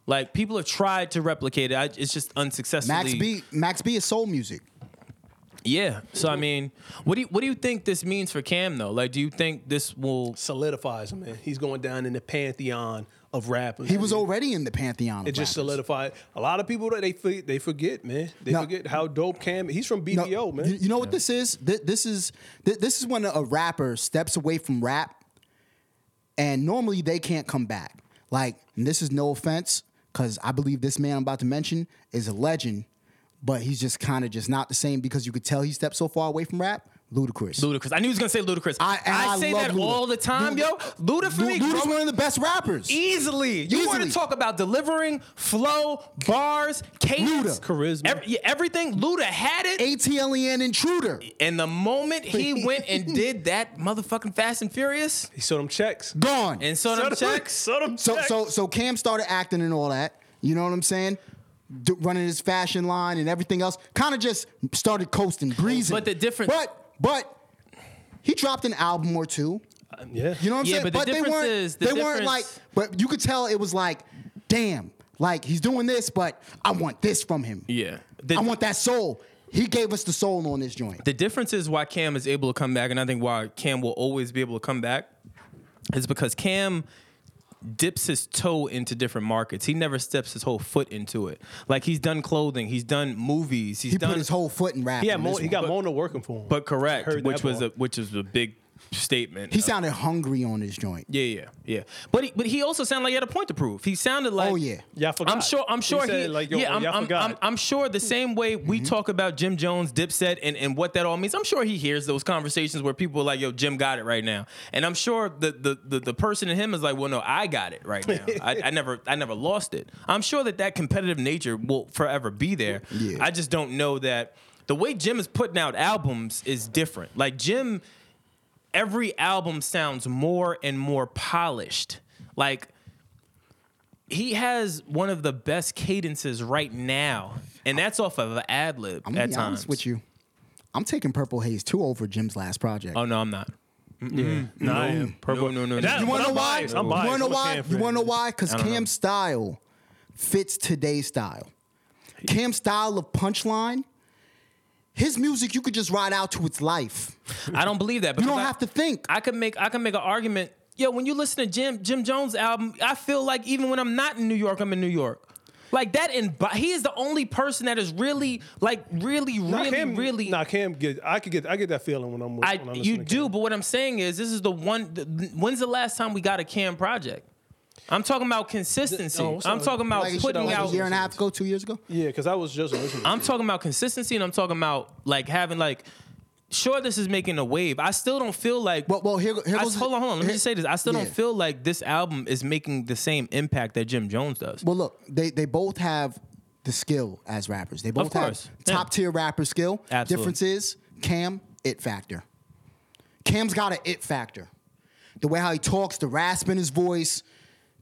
Like people have tried to replicate it. I, it's just unsuccessfully.
Max B Max B is soul music.
Yeah. So I mean, what do you, what do you think this means for Cam though? Like, do you think this will?
solidifies him, man. He's going down in the pantheon of rappers.
He was already in the pantheon.
It just solidified. A lot of people that they for- they forget, man. They
No.
forget how dope Cam. He's from
E
BBO, man.
You, you know what this is? Th- This is th- this is when a rapper steps away from rap, and normally they can't come back. Like and this is no offense, because I believe this man I'm about to mention is a legend, but he's just kind of just not the same because you could tell he stepped so far away from rap. Ludacris.
Ludacris. I knew he was gonna say Ludacris.
I, and I,
say
love
that
Luda.
all the time,
Luda-
yo. Luda for
Lu-
me, E-
Luda's
grow-
one of the best rappers.
easily. You want to
Easily.
talk about delivering, flow, bars, cadence,
Luda.
Charisma.
ev- yeah, everything. Luda had it.
ATLEN E Intruder.
And the moment he went and did that motherfucking Fast and Furious
He sold them checks.
Gone.
and so them checks,
Sold them
So
checks.
so so Cam started acting and all that. You know what I'm saying? D- running his fashion line and everything else. Kind of just started coasting, breezing.
But the difference-
But but he dropped an album or two.
yeah.
You know what I'm
Yeah,
saying?
but the
they
difference
weren't
is- the
they weren't like
difference-
but you could tell it was like, damn, like he's doing this, but I want this from him.
yeah. The,
I want that soul. He gave us the soul on this joint.
the difference is why Cam is able to come back, and I think why Cam will always be able to come back is because Cam dips his toe into different markets. He never steps his whole foot into it. Like he's done clothing, he's done movies, he's
he
done
put his whole foot in rap.
He, had
on
Mo-
this
he
one.
got Mona working for him.
but correct,
Heard that
which was a
part.
which was a big statement.
he sounded hungry on this joint.
Yeah, yeah, yeah. But he, but he also sounded like he had a point to prove. He sounded like
Oh, yeah.
Yeah, I forgot.
I'm sure. I'm
He
sure he.
said, like, yo,
yeah, I'm,
yeah, I
I'm,
forgot.
I'm, I'm sure the same way we
Mm-hmm.
talk about Jim Jones, Dipset, and and what that all means. I'm sure he hears those conversations where people are like, "Yo, Jim got it right now," and I'm sure the the the, the person in him is like, "Well, no, I got it right
<laughs>
now. I, I never I never lost it." I'm sure that that competitive nature will forever be there.
Yeah.
I just don't know that the way Jim is putting out albums is different. Like Jim every album sounds more and more polished. Like he has one of the best cadences right now, and that's off of an ad lib
I'm gonna
at
be
times.
honest with you. I'm taking Purple Haze 2 over Jim's last project.
Oh no, I'm not.
Nah, I am.
Purple. No, no, no.
That-
You want to know
I'm
why?
biased. I'm
You
biased.
want to
I'm a
know why?
Cam
You
fan.
want to know why? Because Cam's style fits today's style. Cam's style of punchline, his music you could just ride out to its life.
I don't believe that.
You don't
because I-
have to think.
I could make I could make an argument. Yo, when you listen to Jim Jim Jones album, I feel like even when I'm not in New York, I'm in New York. Like that, and he is the only person that is really, like, really,
Nah,
really,
Cam-
really.
Nah, Cam. Get, I could get. I get that feeling when I'm. With,
I
when I listen
you
to
do,
Cam.
but what I'm saying is this is the one. th- when's the last time we got a Cam project? I'm talking about consistency.
no, I'm
I'm
sorry.
talking about
Like,
putting
like
out.
a year and a half ago, two years ago.
Yeah, because I was just listening.
I'm talking about consistency, and I'm talking about like having like. Sure, this is making a wave. I still don't feel like.
Well, well, here, go- here
I,
goes.
hold on, hold on. Let me
here-
just say this. I still
yeah.
don't feel like this album is making the same impact that Jim Jones does.
Well, look, they they both have the skill as rappers. They both
course,
have
yeah.
top tier rapper skill.
Absolutely.
Difference is Cam it factor. Cam's got an it factor. The way how he talks, the rasp in his voice,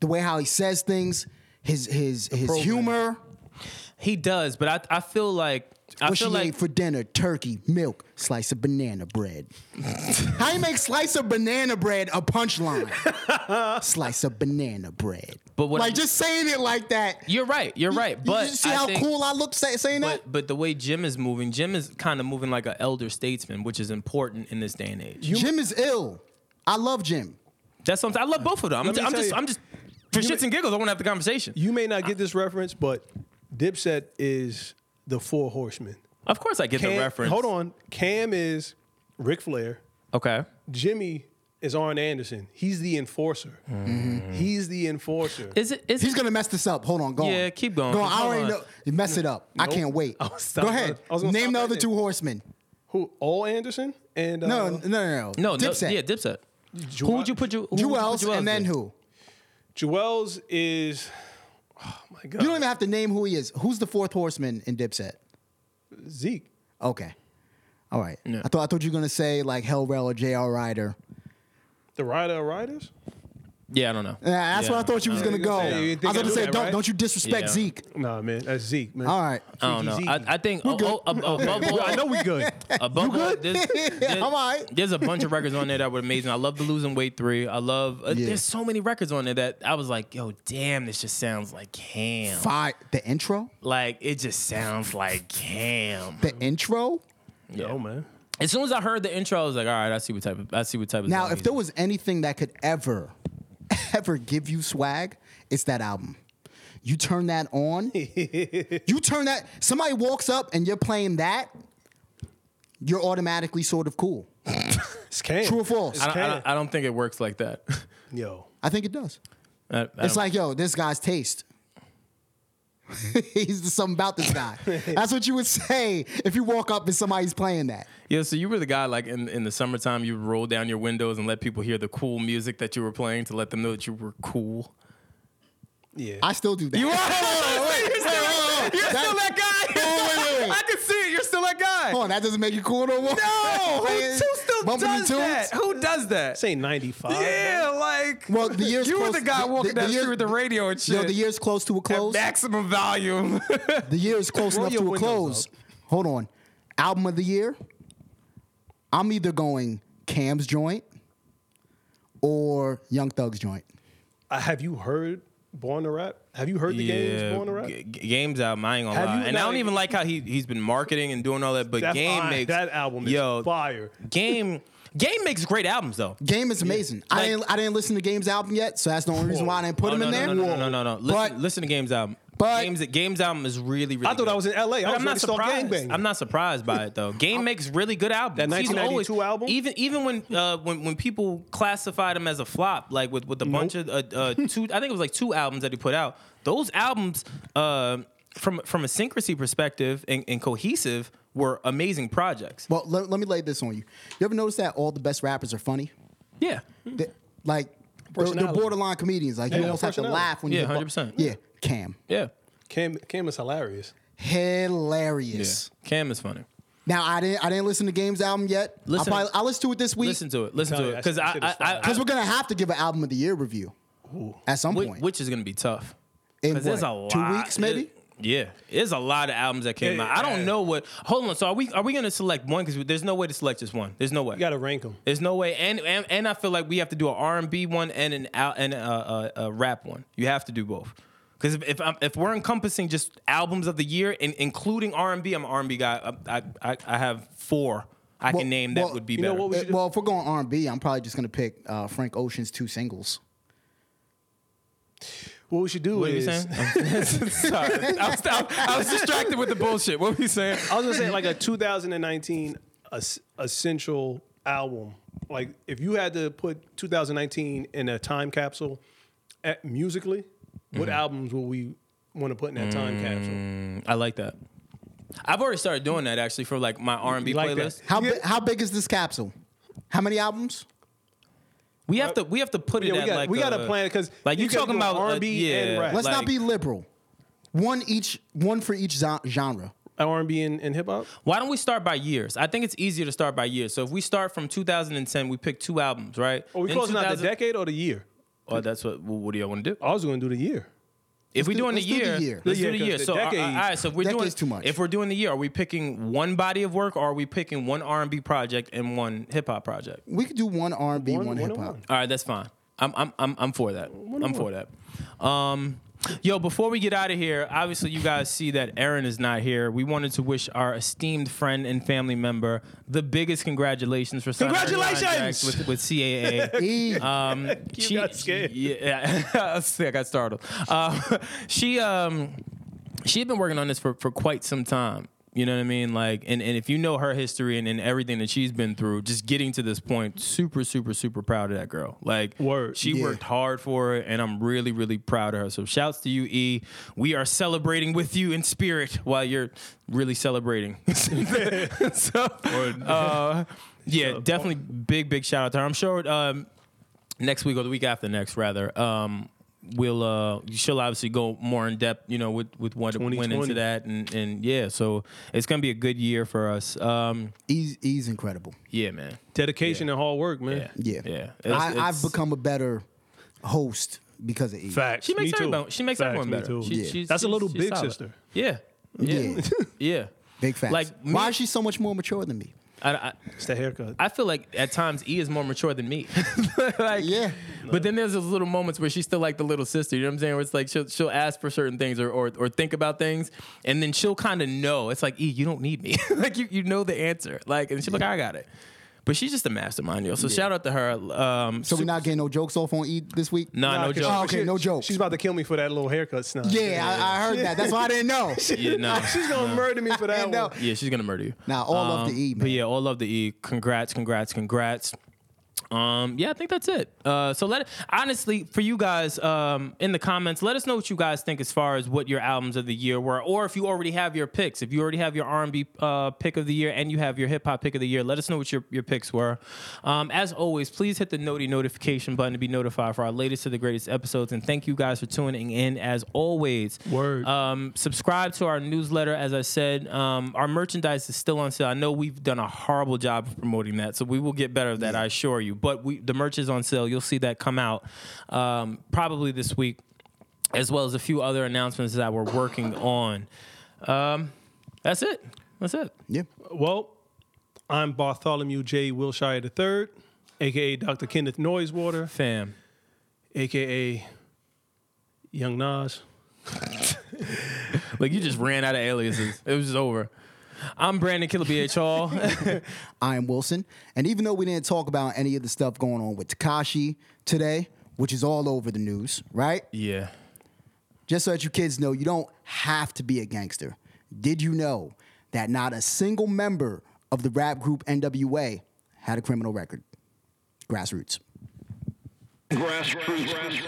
the way how he says things, his his his
program.
humor.
He does, but I I feel like I
What she
feel like
ate for dinner? Turkey, milk, slice of banana bread. how you make slice of banana bread a punchline?
<laughs>
slice of banana bread.
But what
like
I'm-
just saying it like that.
you're right. You're right.
You-
But
you see
I
how
think-
cool I look say, saying that.
But but the way Jim is moving, Jim is kind of moving like an elder statesman, which is important in this day and age.
Jim is ill. I love Jim.
That's something I love both of them. I'm,
Let
ju-
me
I'm
tell
just
you.
I'm just for shits and giggles. I want to have the conversation.
You may not get this reference, but Dipset is the Four Horsemen.
of course, I get
Cam,
the reference.
Hold on. Cam is Ric Flair.
Okay.
Jimmy is Arn Anderson. He's the enforcer.
Mm-hmm.
He's the enforcer.
Is it is
He's
it-
gonna mess this up. Hold on, go on.
Yeah, keep going.
Go on. I
Hold
already
on.
know. You Mess it up. I can't wait.
I was
Go
stopping-
ahead.
I was gonna
Name
stop
the
right
other
there.
two horsemen.
Who? All Anderson and uh,
No, no, no, no.
no
Dipset.
No, yeah, Dipset. Who would you put you? who would you put
Jewels, and then
in?
who?
Joel's is. Oh my God.
You don't even have to name who he is. Who's the fourth horseman in Dipset?
Zeke.
Okay. All right. I thought I thought you were gonna say like Hell Rail or J.R. Ryder.
The Rider of Riders.
Yeah, I don't know.
Nah, that's
Yeah.
what I thought you was gonna
you
go.
gonna say- you
I was
think I
gonna
knew
say,
that,
don't,
right?
don't you disrespect
Yeah. Um,
Zeke.
Nah, man, that's Zeke, man.
All right.
I don't know.
Freaky
I,
Zeke.
I think oh,
<laughs>
oh, ab- above all,
I know we good.
above all, there's, there's,
I'm all right.
there's a bunch of records on there that were amazing. I love the losing weight three. I love. Uh,
Yeah.
There's so many records on there that I was like, yo, damn, this just sounds like Cam.
Five. The intro.
Like it just sounds like Cam.
The intro.
Yo, man.
As soon as I heard the intro, I was like, all right, I see what type of I see what type of
Now,
zone
if
he's
there
in.
was anything that could ever, <laughs> ever give you swag, it's that album. You turn that
<laughs>
on, you turn that, somebody walks up and you're playing that, you're automatically sort of cool.
It's Cam.
True or false?
It's
I don't, I,
Cam.
don't, I don't think it works like that. <laughs>
Yo.
I think it does.
I- I
It's
don't-
like, yo, this guy's taste. <laughs> He's just something about
<laughs>
this guy. That's what you would say if you walk up and somebody's playing that.
Yeah, so you were the guy like in, in the summertime, you roll down your windows and let people hear the cool music that you were playing to let them know that you were cool.
Yeah.
I still do that. <laughs>
You are.
Wait,
You're
wait, wait, wait.
still, you're
That-
still that guy.
Hold on, wait, wait,
<laughs>
wait.
I can see it. You're still that guy.
Hold on, that doesn't make you cool no more. <laughs>
No, who,
Man,
who still
bumping
does
your tunes?
that? Who does that?
say 95.
yeah, like
Well, the year's
you were
close-
the guy
the-
walking
the- the
down the
year-
street with the radio and shit.
Yo, the year's close to a
At
close.
maximum <laughs> volume.
The year is close
Roll
enough
your
to a
windows
close.
up.
Hold on. Album of the year. I'm either going Cam's joint or Young Thug's joint.
Uh, have you heard Born to Rap? Have you heard the games Born to Rap?
G- G- games album. I ain't gonna
Have
lie,
you
and I don't
not-
even like how he he's been marketing and doing all that. But
That's
game
fine.
makes
that album is
yo
fire.
game game makes great albums though.
Game is amazing. I
Like-
didn't I didn't listen to Game's album yet, so that's the only reason why I didn't put
Oh,
him
no,
in
no,
there.
No, no, no, no, no. Listen,
But-
listen to Games album.
but-
Games Games album is really really.
I thought
good.
I was in LA. I
But
was
I'm not
ready to start
surprised.
gangbanging.
I'm not surprised by it though.
<laughs>
Game makes really good albums.
That
He's
1992
always-
album?
Even even when uh, when when people classified him as a flop, like with with a bunch of uh, uh, two, I think it was like two albums that he put out. Those albums, uh, from from a syncrasy perspective and, and cohesive, were amazing projects.
Well, let, let me lay this on you. You ever notice that all the best rappers are funny?
Yeah.
They, like they're, they're
Personality.
borderline comedians. Like you
Yeah,
almost have to
personality.
laugh when
Yeah,
you
100%.
Yeah, Cam,
Yeah.
Cam, Cam is hilarious.
Yeah.
hilarious.
Cam is funny.
Now I didn't I didn't listen to Game's album yet.
Listen-
I probably, I'll listen to it this week.
Listen to it. Listen
Tell
to
you,
it
that
because I,
shit is
I, I,
fire.
I
Because we're gonna have to give an album of the year review at some
Whi-
point.
Which is going to be tough.
In
'Cause there's
what,
a lot.
two weeks, maybe?
it- yeah, there's a lot of albums that came
Yeah,
out. I
yeah.
don't know what. Hold on. So are we are we going to select one? Because there's no way to select just one. There's no way.
You got to rank him.
there's no way. And, and and I feel like we have to do an R and B one and an al- and a, a, a rap one. You have to do both. Because if if, I'm, if we're encompassing just albums of the year and including R and B, I'm an R and B guy. I, I I I have four. I
Well,
can name
well,
that would be
you know
better. <laughs>
what we <laughs>
Uh,
should
well, if we're going R and B, I'm probably just gonna pick uh, Frank Ocean's two singles.
What we should do
What are you
is
saying? Sorry, I was, I was distracted with the bullshit. What were you saying?
I was gonna say like a 2019 es- essential album. Like if you had to put 2019 in a time capsule, at, musically, what
Mm-hmm.
albums will we want to put in that
Mm.
time capsule?
I like that. I've already started doing that actually for like my R and B
You like that?
playlist.
How bi- how big is this capsule? How many albums?
We have to we have to put it
Uh, Yeah, we
at
got
like
we got
a-
to plan it because
like you talking about uh,
R and B
yeah,
and rap,
Let's
like-
not be liberal. One each, one for each zo- genre.
R and B and, and hip hop.
Why don't we start by years? I think it's easier to start by years. So if we start from 2010, we pick two albums, right?
Are we
Then
closing out the
2000
decade or the year?
Oh, that's what. Well, what do y'all want to do?
I was going to do the year.
If we
do-
doing the
let's do the
year,
year.
let's
Yeah,
do the
'cause
year.
the
So, uh, all- all
decades-
right, so if we're doing
decades too much.
If we're doing the year, are we picking one body of work, or are we picking one R and B project and one hip hop project?
We could do one R and B,
One-
one
one
hip
on
hop.
one.
All right, that's fine. I'm I'm I'm, I'm for that. I'm for that. Um, yo, before we get out of here, obviously you guys see that Aaron is not here. We wanted to wish our esteemed friend and family member the biggest congratulations for signing her
Congratulations!
contract with with CAA.
E.
Um,
You got scared.
<laughs> Yeah, I was sick, I got startled. Uh, <laughs> she um, she had been working on this for, for quite some time. You know what I mean? Like, and, and if you know her history and, and everything that she's been through, just getting to this point, super, super, super proud of that girl. Like,
Word.
she
Yeah.
worked hard for it, and I'm really, really proud of her. So, shouts to you, E. We are celebrating with you in spirit while you're really celebrating. <laughs> so, uh, yeah, definitely
oh.
big, big shout out to her. I'm sure um, next week or the week after next, rather. Um, we'll uh, she'll obviously go more in depth, you know, with with what went into
2020.
that, and and yeah, so it's gonna be a good year for us. Um,
E's, E's incredible.
yeah, man.
Dedication and hard work, man.
Yeah,
Yeah,
yeah. It's-
I,
it's-
I've become a better host because of E.
Facts.
She makes
me too.
everyone. She makes
Facts,
everyone
me
better.
too.
She-
Yeah.
she's-
That's a
she's-
little
she's
big
solid.
sister.
Yeah, yeah,
Yeah.
yeah.
Big facts.
Like me-
why is she so much more mature than me?
I, I,
It's the haircut.
I feel like at times E is more mature than me. <laughs> like,
Yeah.
But then there's those little moments where she's still like the little sister. You know what I'm saying? Where it's like she'll she'll ask for certain things or or, or think about things, and then she'll kind of know. It's like E, you don't need me. <laughs> like you you know the answer. Like, and she's like, I got it. But she's just a mastermind, yo. So shout out to her. Um,
So we're not getting no jokes off on E this week.
nah,
Nah,
no
'cause
joke.
she-
Oh, okay,
she-
no joke.
She's about to kill me for that little haircut snot.
Yeah, I, I heard that. That's why I didn't know.
Yeah, no.
she's gonna murder me for
<laughs>
that
And, uh,
one.
Yeah, she's gonna murder you. Um,
Nah, all love to E,
But
man.
yeah, all love to E. Congrats, congrats, congrats. Um, yeah, I think that's it. Uh, so let honestly for you guys um, in the comments, let us know what you guys think as far as what your albums of the year were, or if you already have your picks. If you already have your R and B uh, pick of the year and you have your hip hop pick of the year, let us know what your, your picks were. Um, as always, please hit the noti notification button to be notified for our latest to the greatest episodes. And thank you guys for tuning in. As always,
Word.
um, subscribe to our newsletter. As I said, um, our merchandise is still on sale. I know we've done a horrible job of promoting that, so we will get better at that, I assure you. But we, the merch is on sale. You'll see that come out um, probably this week, as well as a few other announcements that we're working on. Um, that's it. That's it.
Yeah.
Well, I'm Bartholomew J. Wilshire III, aka Dr. Kenneth Noisewater,
Fam.
aka Young Nas.
Like you just ran out of aliases. It was just over. I'm Brandon Killer BH Hall.
I am Wilson. And even though we didn't talk about any of the stuff going on with Takashi today, which is all over the news, right?
<laughs> yeah.
Just so that you kids know, you don't have to be a gangster. Did you know that not a single member of the rap group NWA had a criminal record? Grassroots.
grassroots.